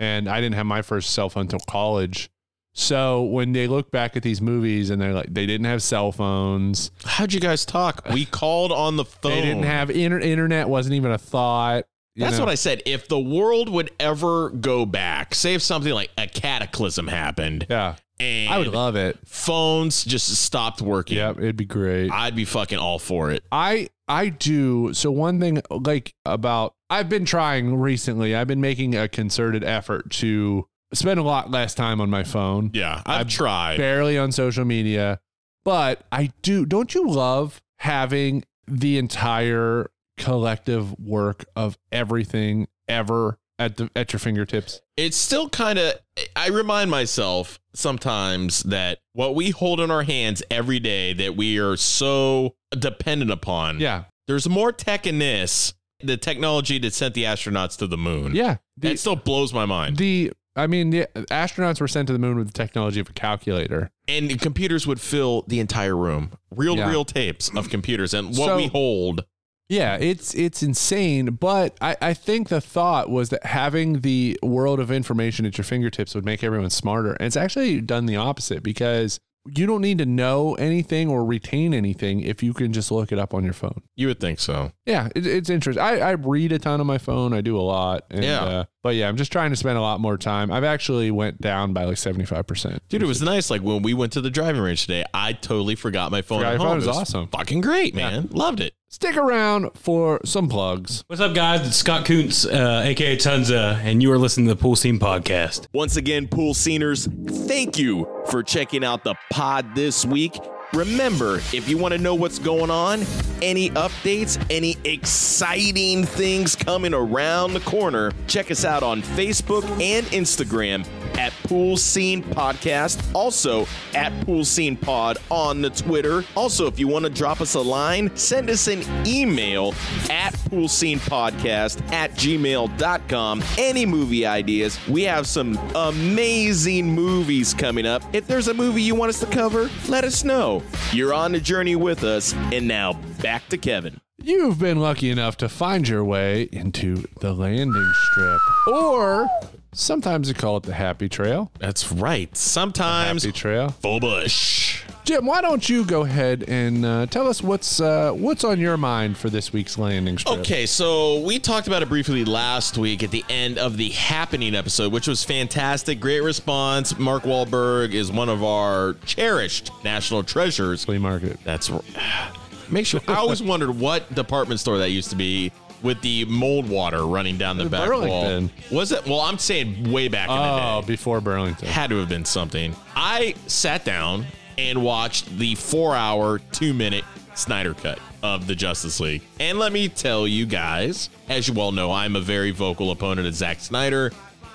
and i didn't have my first cell phone until college so when they look back at these movies and they're like they didn't have cell phones How'd you guys talk? We called on the phone. they didn't have inter- internet wasn't even a thought you That's know. what I said. If the world would ever go back, say if something like a cataclysm happened yeah and i would love it phones just stopped working, yeah it'd be great I'd be fucking all for it. I I do. So one thing like about I've been trying recently. I've been making a concerted effort to spend a lot less time on my phone. Yeah, I've I'm tried. Barely on social media. But I do don't you love having the entire collective work of everything ever at the at your fingertips? it's still kind of i remind myself sometimes that what we hold in our hands every day that we are so dependent upon Yeah. there's more tech in this the technology that sent the astronauts to the moon Yeah. that still blows my mind the I mean the astronauts were sent to the moon with the technology of a calculator. and computers would fill the entire room real Yeah. to real tapes of computers and what So- we hold Yeah, it's it's insane, but I, I think the thought was that having the world of information at your fingertips would make everyone smarter. And it's actually done the opposite because you don't need to know anything or retain anything if you can just look it up on your phone. you would think so Yeah, it, it's interesting. I, I read a ton on my phone. I do a lot. And, Yeah. uh, but yeah, I'm just trying to spend a lot more time. I've actually went down by like 75%. dude it was nice like when we went to the driving range today i totally forgot my phone Forgot at your phone. home. It was It was awesome. fucking great man loved it Stick around for some plugs. What's up, guys? It's Scott Koontz, uh, aka Tunza, and you are listening to the Pool Scene Podcast. Once again, pool sceners, thank you for checking out the pod this week. Remember, if you want to know what's going on, any updates, any exciting things coming around the corner, check us out on Facebook and Instagram at Pool Scene Podcast. Also at Pool Scene Pod on the Twitter. Also, if you want to drop us a line, send us an email at Pool Scene Podcast at gmail.com. Any movie ideas. We have some amazing movies coming up. If there's a movie you want us to cover, let us know. You're on the journey with us. And now back to Kevin. You've been lucky enough to find your way into the landing strip, or sometimes they call it the happy trail. That's right. Sometimes Happy trail. full bush. Jim, why don't you go ahead and uh, tell us what's uh, what's on your mind for this week's landing strip? Okay, so we talked about it briefly last week at the end of the happening episode, which was fantastic. Great response. Mark Wahlberg is one of our cherished national treasures. Flea market. That's r- makes you. I always wondered what department store that used to be with the mold water running down the It was back Burlington. wall. Was it? Well, I'm saying way back in the day. Oh, before Burlington. Had to have been something. I sat down and watched the four hour, two minute Snyder cut of the Justice League. And let me tell you guys, as you well know, I'm a very vocal opponent of Zack Snyder.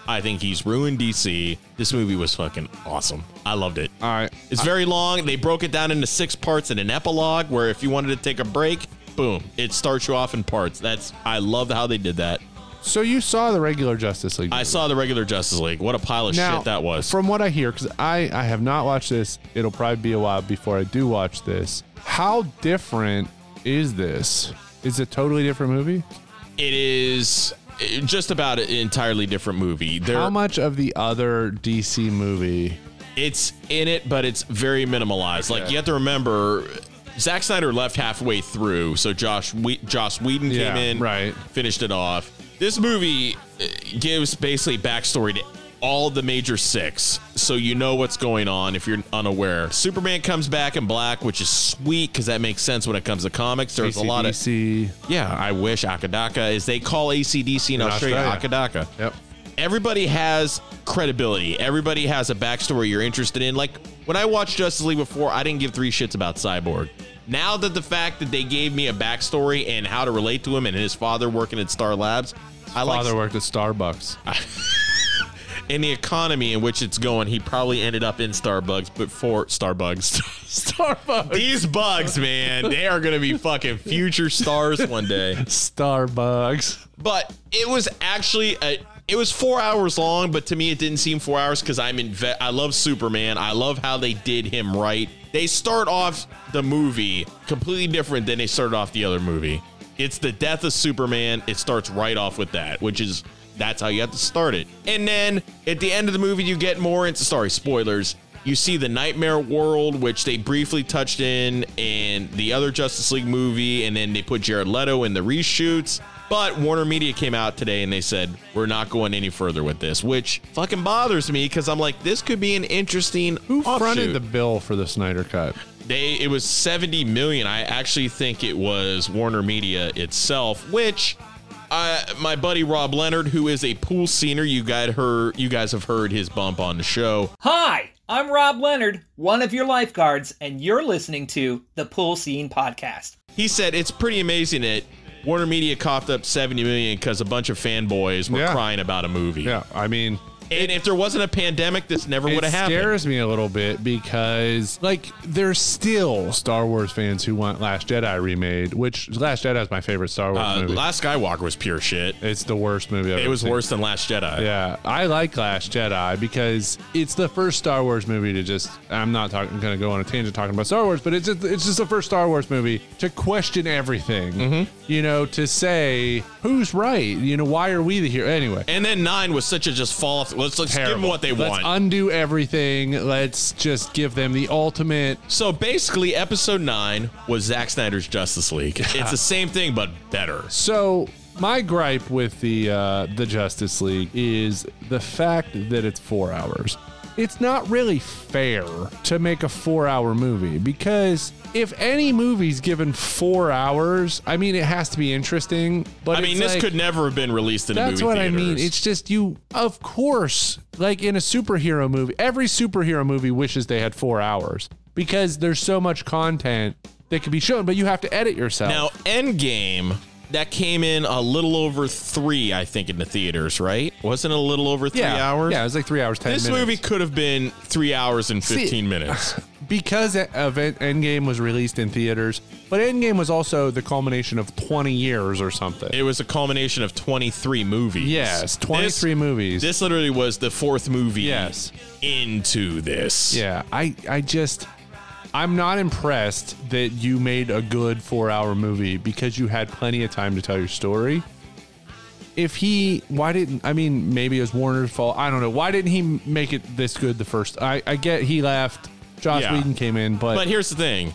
I think he's ruined DC. This movie was fucking awesome. I loved it. All right. It's very long. They broke it down into six parts and an epilogue where if you wanted to take a break, boom, it starts you off in parts. That's I love how they did that. So you saw the regular Justice League. I saw the regular Justice League. What a pile of shit that was. From what I hear, because I, I have not watched this, it'll probably be a while before I do watch this. How different is this? Is it a totally different movie? It is eh, just about an entirely different movie. There, How much of the other DC movie? it's in it, but it's very minimalized. Like Okay. you have to remember, Zack Snyder left halfway through, so Josh we- Josh Whedon Yeah, came in, right, finished it off. This movie eh, gives basically backstory to all the major six, so you know what's going on if you're unaware. Superman comes back in black, which is sweet because that makes sense when it comes to comics. There's a lot of AC/DC. yeah, I wish Akadaka is they call ACDC in, In Australia, Australia. Akadaka. Yep. Everybody has credibility. Everybody has a backstory you're interested in. Like when I watched Justice League before, I didn't give three shits about Cyborg. Now that the fact that they gave me a backstory and how to relate to him and his father working at Star Labs, I like Father worked at Starbucks. in the economy in which it's going, he probably ended up in Starbucks, but for Starbucks. Starbucks. These bugs, man, they are going to be fucking future stars one day. Starbucks. But it was actually a, it was four hours long, but to me it didn't seem four hours because I'm in. I love Superman. I love how they did him right. They start off the movie completely different than they started off the other movie. It's the death of Superman. It starts right off with that, which is that's how you have to start it. And then at the end of the movie, you get more into sorry spoilers. You see the nightmare world, which they briefly touched in in the other Justice League movie, and then they put Jared Leto in the reshoots. But Warner Media came out today and they said, we're not going any further with this, which fucking bothers me because I'm like, this could be an interesting Who Fronted the bill for the Snyder Cut. they it was 70 million i actually think it was warner media itself which uh, my buddy rob leonard who is a pool senior you guys heard you guys have heard his bump on the show Hi, I'm Rob Leonard, one of your lifeguards, and you're listening to the Pool Scene Podcast. he said it's pretty amazing that warner media coughed up 70 million because a bunch of fanboys were crying about a movie yeah i mean and if there wasn't a pandemic this never would It have happened scares me a little bit because, like, there's still Star Wars fans who want Last Jedi remade, which Last Jedi is my favorite Star Wars uh, movie. last skywalker was pure shit it's the worst movie I've it ever was seen. worse than last jedi Yeah, I like Last Jedi because it's the first Star Wars movie to just. I'm not talking going to go on a tangent talking about Star Wars, but it's just, it's just the first Star Wars movie to question everything. Mm-hmm. You know, to say who's right. You know, why are we here anyway? and then nine was such a just fall off let's, let's give them what they Let's want undo everything. Let's just give them the ultimate. So basically, episode nine was Zack Snyder's Justice League. It's the same thing, but better. So my gripe with the uh, the Justice League is the fact that it's four hours. It's not really fair to make a four hour movie because if any movie's given four hours, I mean it has to be interesting. But I mean, it's this like- could never have been released in a that's movie what theaters. I mean. It's just you, of course, like in a superhero movie, every superhero movie wishes they had four hours because there's so much content that can be shown, but you have to edit yourself. now, Endgame that came in a little over three, I think, in the theaters. Right? Wasn't it a little over three yeah, hours? Yeah, it was like three hours, 10 this minutes. movie could have been three hours and See- fifteen minutes. because E- event Endgame was released in theaters, but Endgame was also the culmination of 20 years or something. It was a culmination of twenty three movies. Yes, 23 This- movies. This literally was the fourth movie. Yes. into this. Yeah, I I just I'm not impressed that you made a good 4-hour movie because you had plenty of time to tell your story. If he why didn't I mean maybe it was Warner's fault. I don't know. Why didn't he make it this good the first? I I get he left. Josh Yeah. Whedon came in, but, But here's the thing: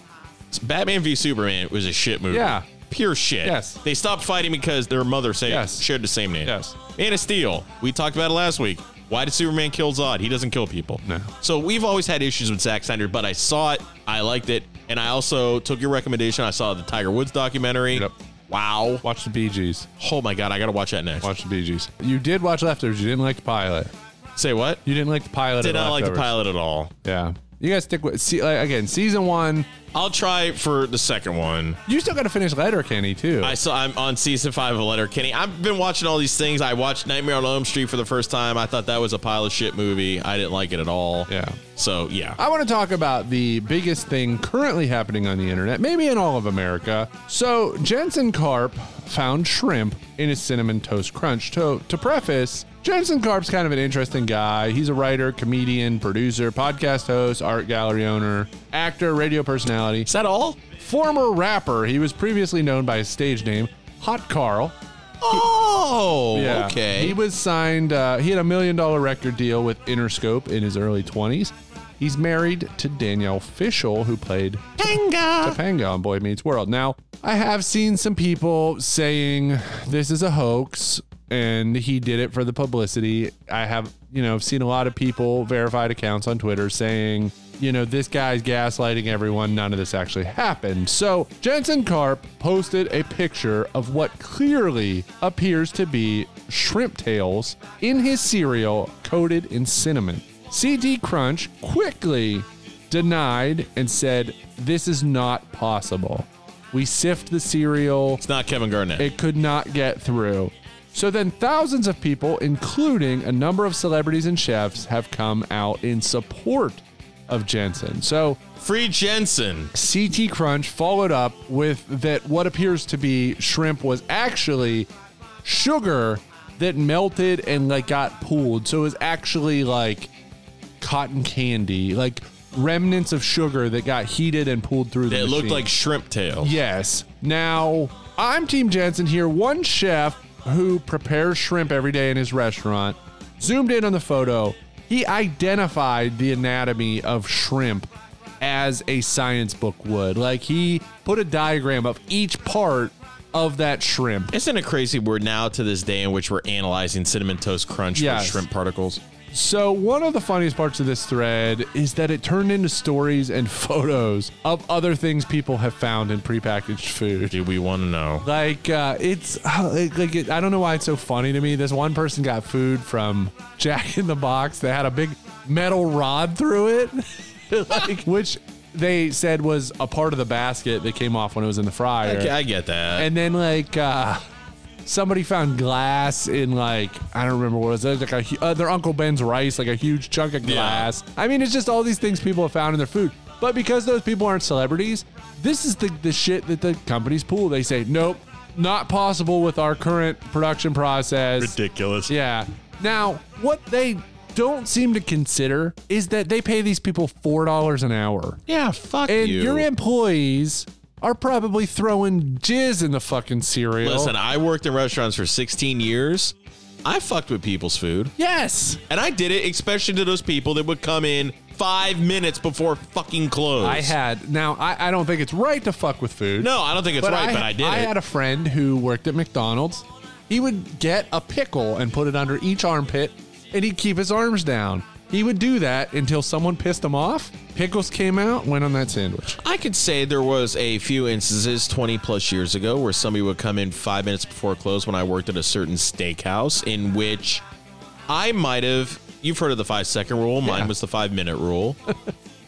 Batman v Superman was a shit movie. Yeah. pure shit. Yes. they stopped fighting because their mother say, shared the same name. Yes, Man of Steel. We talked about it last week. Why did Superman kill Zod? He doesn't kill people. No. So we've always had issues with Zack Snyder, but I saw it, I liked it, and I also took your recommendation. I saw the Tiger Woods documentary. Wow. Watch the Bee Gees. Oh my God, I got to watch that next. Watch the Bee Gees. You did watch Leftovers. You didn't like the pilot. Say what? You didn't like the pilot. Did of not like the Leftovers. pilot at all. Yeah. You guys stick with see like, again season one. I'll try for the second one. You still got to finish Letterkenny too. I saw I'm on season five of Letter Kenny. I've been watching all these things. I watched Nightmare on Elm Street for the first time. I thought that was a pile of shit movie. I didn't like it at all. Yeah. So yeah. Oh, I want to talk about the biggest thing currently happening on the internet, maybe in all of America. So, Jensen Carp found shrimp in his cinnamon toast crunch. To, to preface, Jensen Carp's kind of an interesting guy. He's a writer, comedian, producer, podcast host, art gallery owner, actor, radio personality. Is that all? Former rapper. He was previously known by his stage name, Hot Carl. Oh, Yeah. okay. He was signed, uh, he had a million dollar record deal with Interscope in his early 20s. He's married to Danielle Fishel, who played Topanga. Topanga on Boy Meets World. Now, I have seen some people saying this is a hoax and he did it for the publicity. I have, you know, seen a lot of people, verified accounts on Twitter saying, you know, this guy's gaslighting everyone. None of this actually happened. So Jensen Karp posted a picture of what clearly appears to be shrimp tails in his cereal coated in cinnamon. CD Crunch quickly denied and said, This is not possible. We sift the cereal, It's not Kevin Garnett. it could not get through. So then, thousands of people, including a number of celebrities and chefs, have come out in support of Jensen. So, Free Jensen. CT Crunch followed up with that what appears to be shrimp was actually sugar that melted and like got pooled. So it was actually like cotton candy, like remnants of sugar that got heated and pulled through the It looked machine. like shrimp tail. Yes. Now, I'm Team Jensen here. One chef who prepares shrimp every day in his restaurant zoomed in on the photo. He identified the anatomy of shrimp as a science book would. Like he put a diagram of each part of that shrimp. Isn't it crazy we're now to this day in which we're analyzing cinnamon toast crunch Yes. for shrimp particles? So, one of the funniest parts of this thread is that it turned into stories and photos of other things people have found in prepackaged food. Do we want to know? Like uh, it's like, like it, I don't know why it's so funny to me. This one person got food from Jack in the Box that had a big metal rod through it, like, which they said was a part of the basket that came off when it was in the fryer. Okay, I get that. And then like uh, somebody found glass in like I don't remember what it was. It was like a hu- uh, their Uncle Ben's rice, like a huge chunk of Yeah. glass. I mean, it's just all these things people have found in their food. But because those people aren't celebrities, this is the the shit that the companies pull. They say nope, not possible with our current production process. Ridiculous. Yeah. Now, what they don't seem to consider is that they pay these people four dollars an hour. Yeah, fuck And you. your employees are probably throwing jizz in the fucking cereal. Listen, I worked in restaurants for 16 years. I fucked with people's food. yes. And I did it especially to those people that would come in five minutes before fucking close. I had. Now, I, I don't think it's right to fuck with food. No, I don't think it's right, but I did I it. had a friend who worked at McDonald's. He would get a pickle and put it under each armpit, and he'd keep his arms down. He would do that until someone pissed him off. Pickles came out, went on that sandwich. I could say there was a few instances 20 plus years ago where somebody would come in five minutes before close when I worked at a certain steakhouse in which I might have, you've heard of the five second rule. Mine Yeah. was the five minute rule.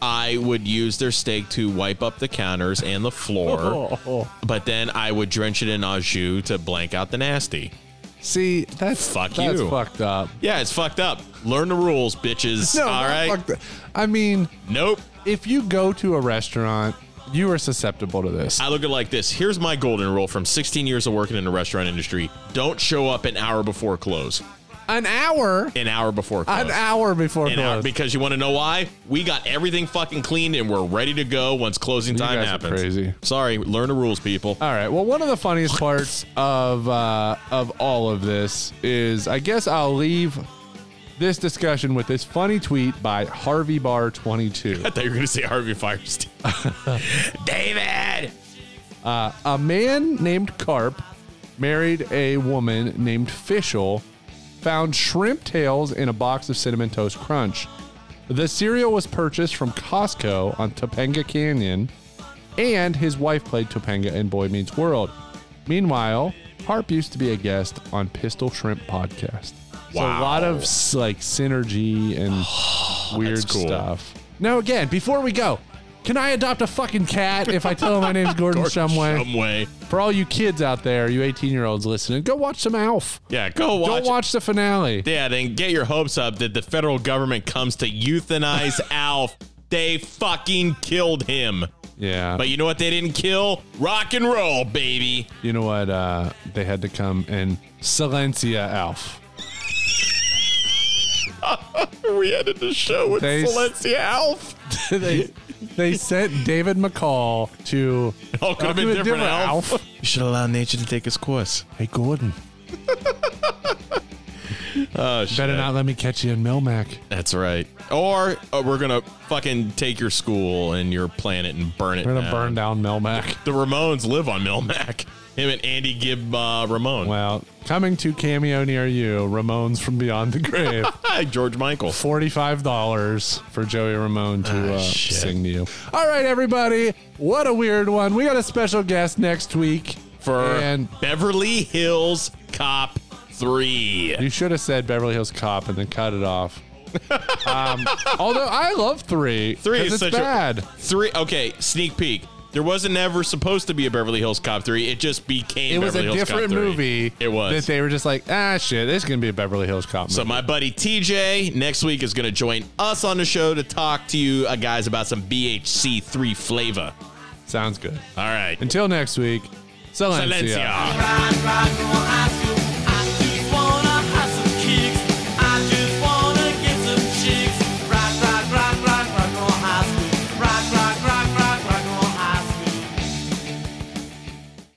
I would use their steak to wipe up the counters and the floor, Oh. but then I would drench it in au jus to blank out the nasty. See, that's Fuck that's you. fucked up. Yeah, it's fucked up. Learn the rules, bitches. No, All not right. fucked up. I mean, Nope. if you go to a restaurant, you are susceptible to this. I look at it like this. Here's my golden rule from 16 years of working in the restaurant industry. Don't show up an hour before close. An hour, An hour before close. an hour before An hour, close. because you want to know why? We got everything fucking cleaned and we're ready to go once closing You time guys are happens. crazy. Sorry, learn the rules, people. All right. Well, one of the funniest parts of uh, of all of this is, I guess, I'll leave this discussion with this funny tweet by Harvey Bar Twenty Two. I thought you were going to say Harvey Firestein. David! Uh, a man named Carp married a woman named Fishel, found shrimp tails in a box of Cinnamon Toast Crunch. The cereal was purchased from Costco on Topanga Canyon, and his wife played Topanga in Boy Meets World. Meanwhile, Harp used to be a guest on Pistol Shrimp Podcast. So a Wow. lot of s- like synergy and weird cool. stuff. Now, again, before we go, can I adopt a fucking cat if I tell him my name's Gordon, Gordon Shumway? Shumway. For all you kids out there, you 18 year olds listening, go watch some ALF. Yeah, go watch. Don't watch the finale. Yeah, then get your hopes up that the federal government comes to euthanize Alf. They fucking killed him. Yeah. But you know what they didn't kill? Rock and roll, baby. You know what? Uh, they had to come and silencia Alf. we ended the show with They- Silencia Alf. they they sent David McCall to. Oh, could have been Coulda different, Alf. You should allow nature to take its course. Hey, Gordon. Oh, shit. Better not let me catch you in Melmac. That's right. Or uh, we're gonna fucking take your school and your planet and burn it. We're gonna down. burn down Melmac. The Ramones live on Melmac. Him and Andy Gibb uh, Ramone. Well, coming to cameo near you, Ramones from Beyond the Grave. George Michael. Forty-five dollars for Joey Ramone to Ah, uh, shit. sing to you. All right, everybody. What a weird one. We got a special guest next week for and Beverly Hills Cop 3. You should have said Beverly Hills Cop and then cut it off. um, although I love three. 3 'cause is it's such bad. a 3 Okay, sneak peek. There wasn't ever supposed to be a Beverly Hills Cop 3. It just became it was Beverly a Hills Cop different 3. movie. It was. that they were just like, ah, shit. This is gonna be a Beverly Hills Cop. So movie. my buddy TJ next week is going to join us on the show to talk to you uh, guys about some BHC3 flavor. Sounds good. All right. Until next week, Silencia. Silencia. Rock, rock, rock.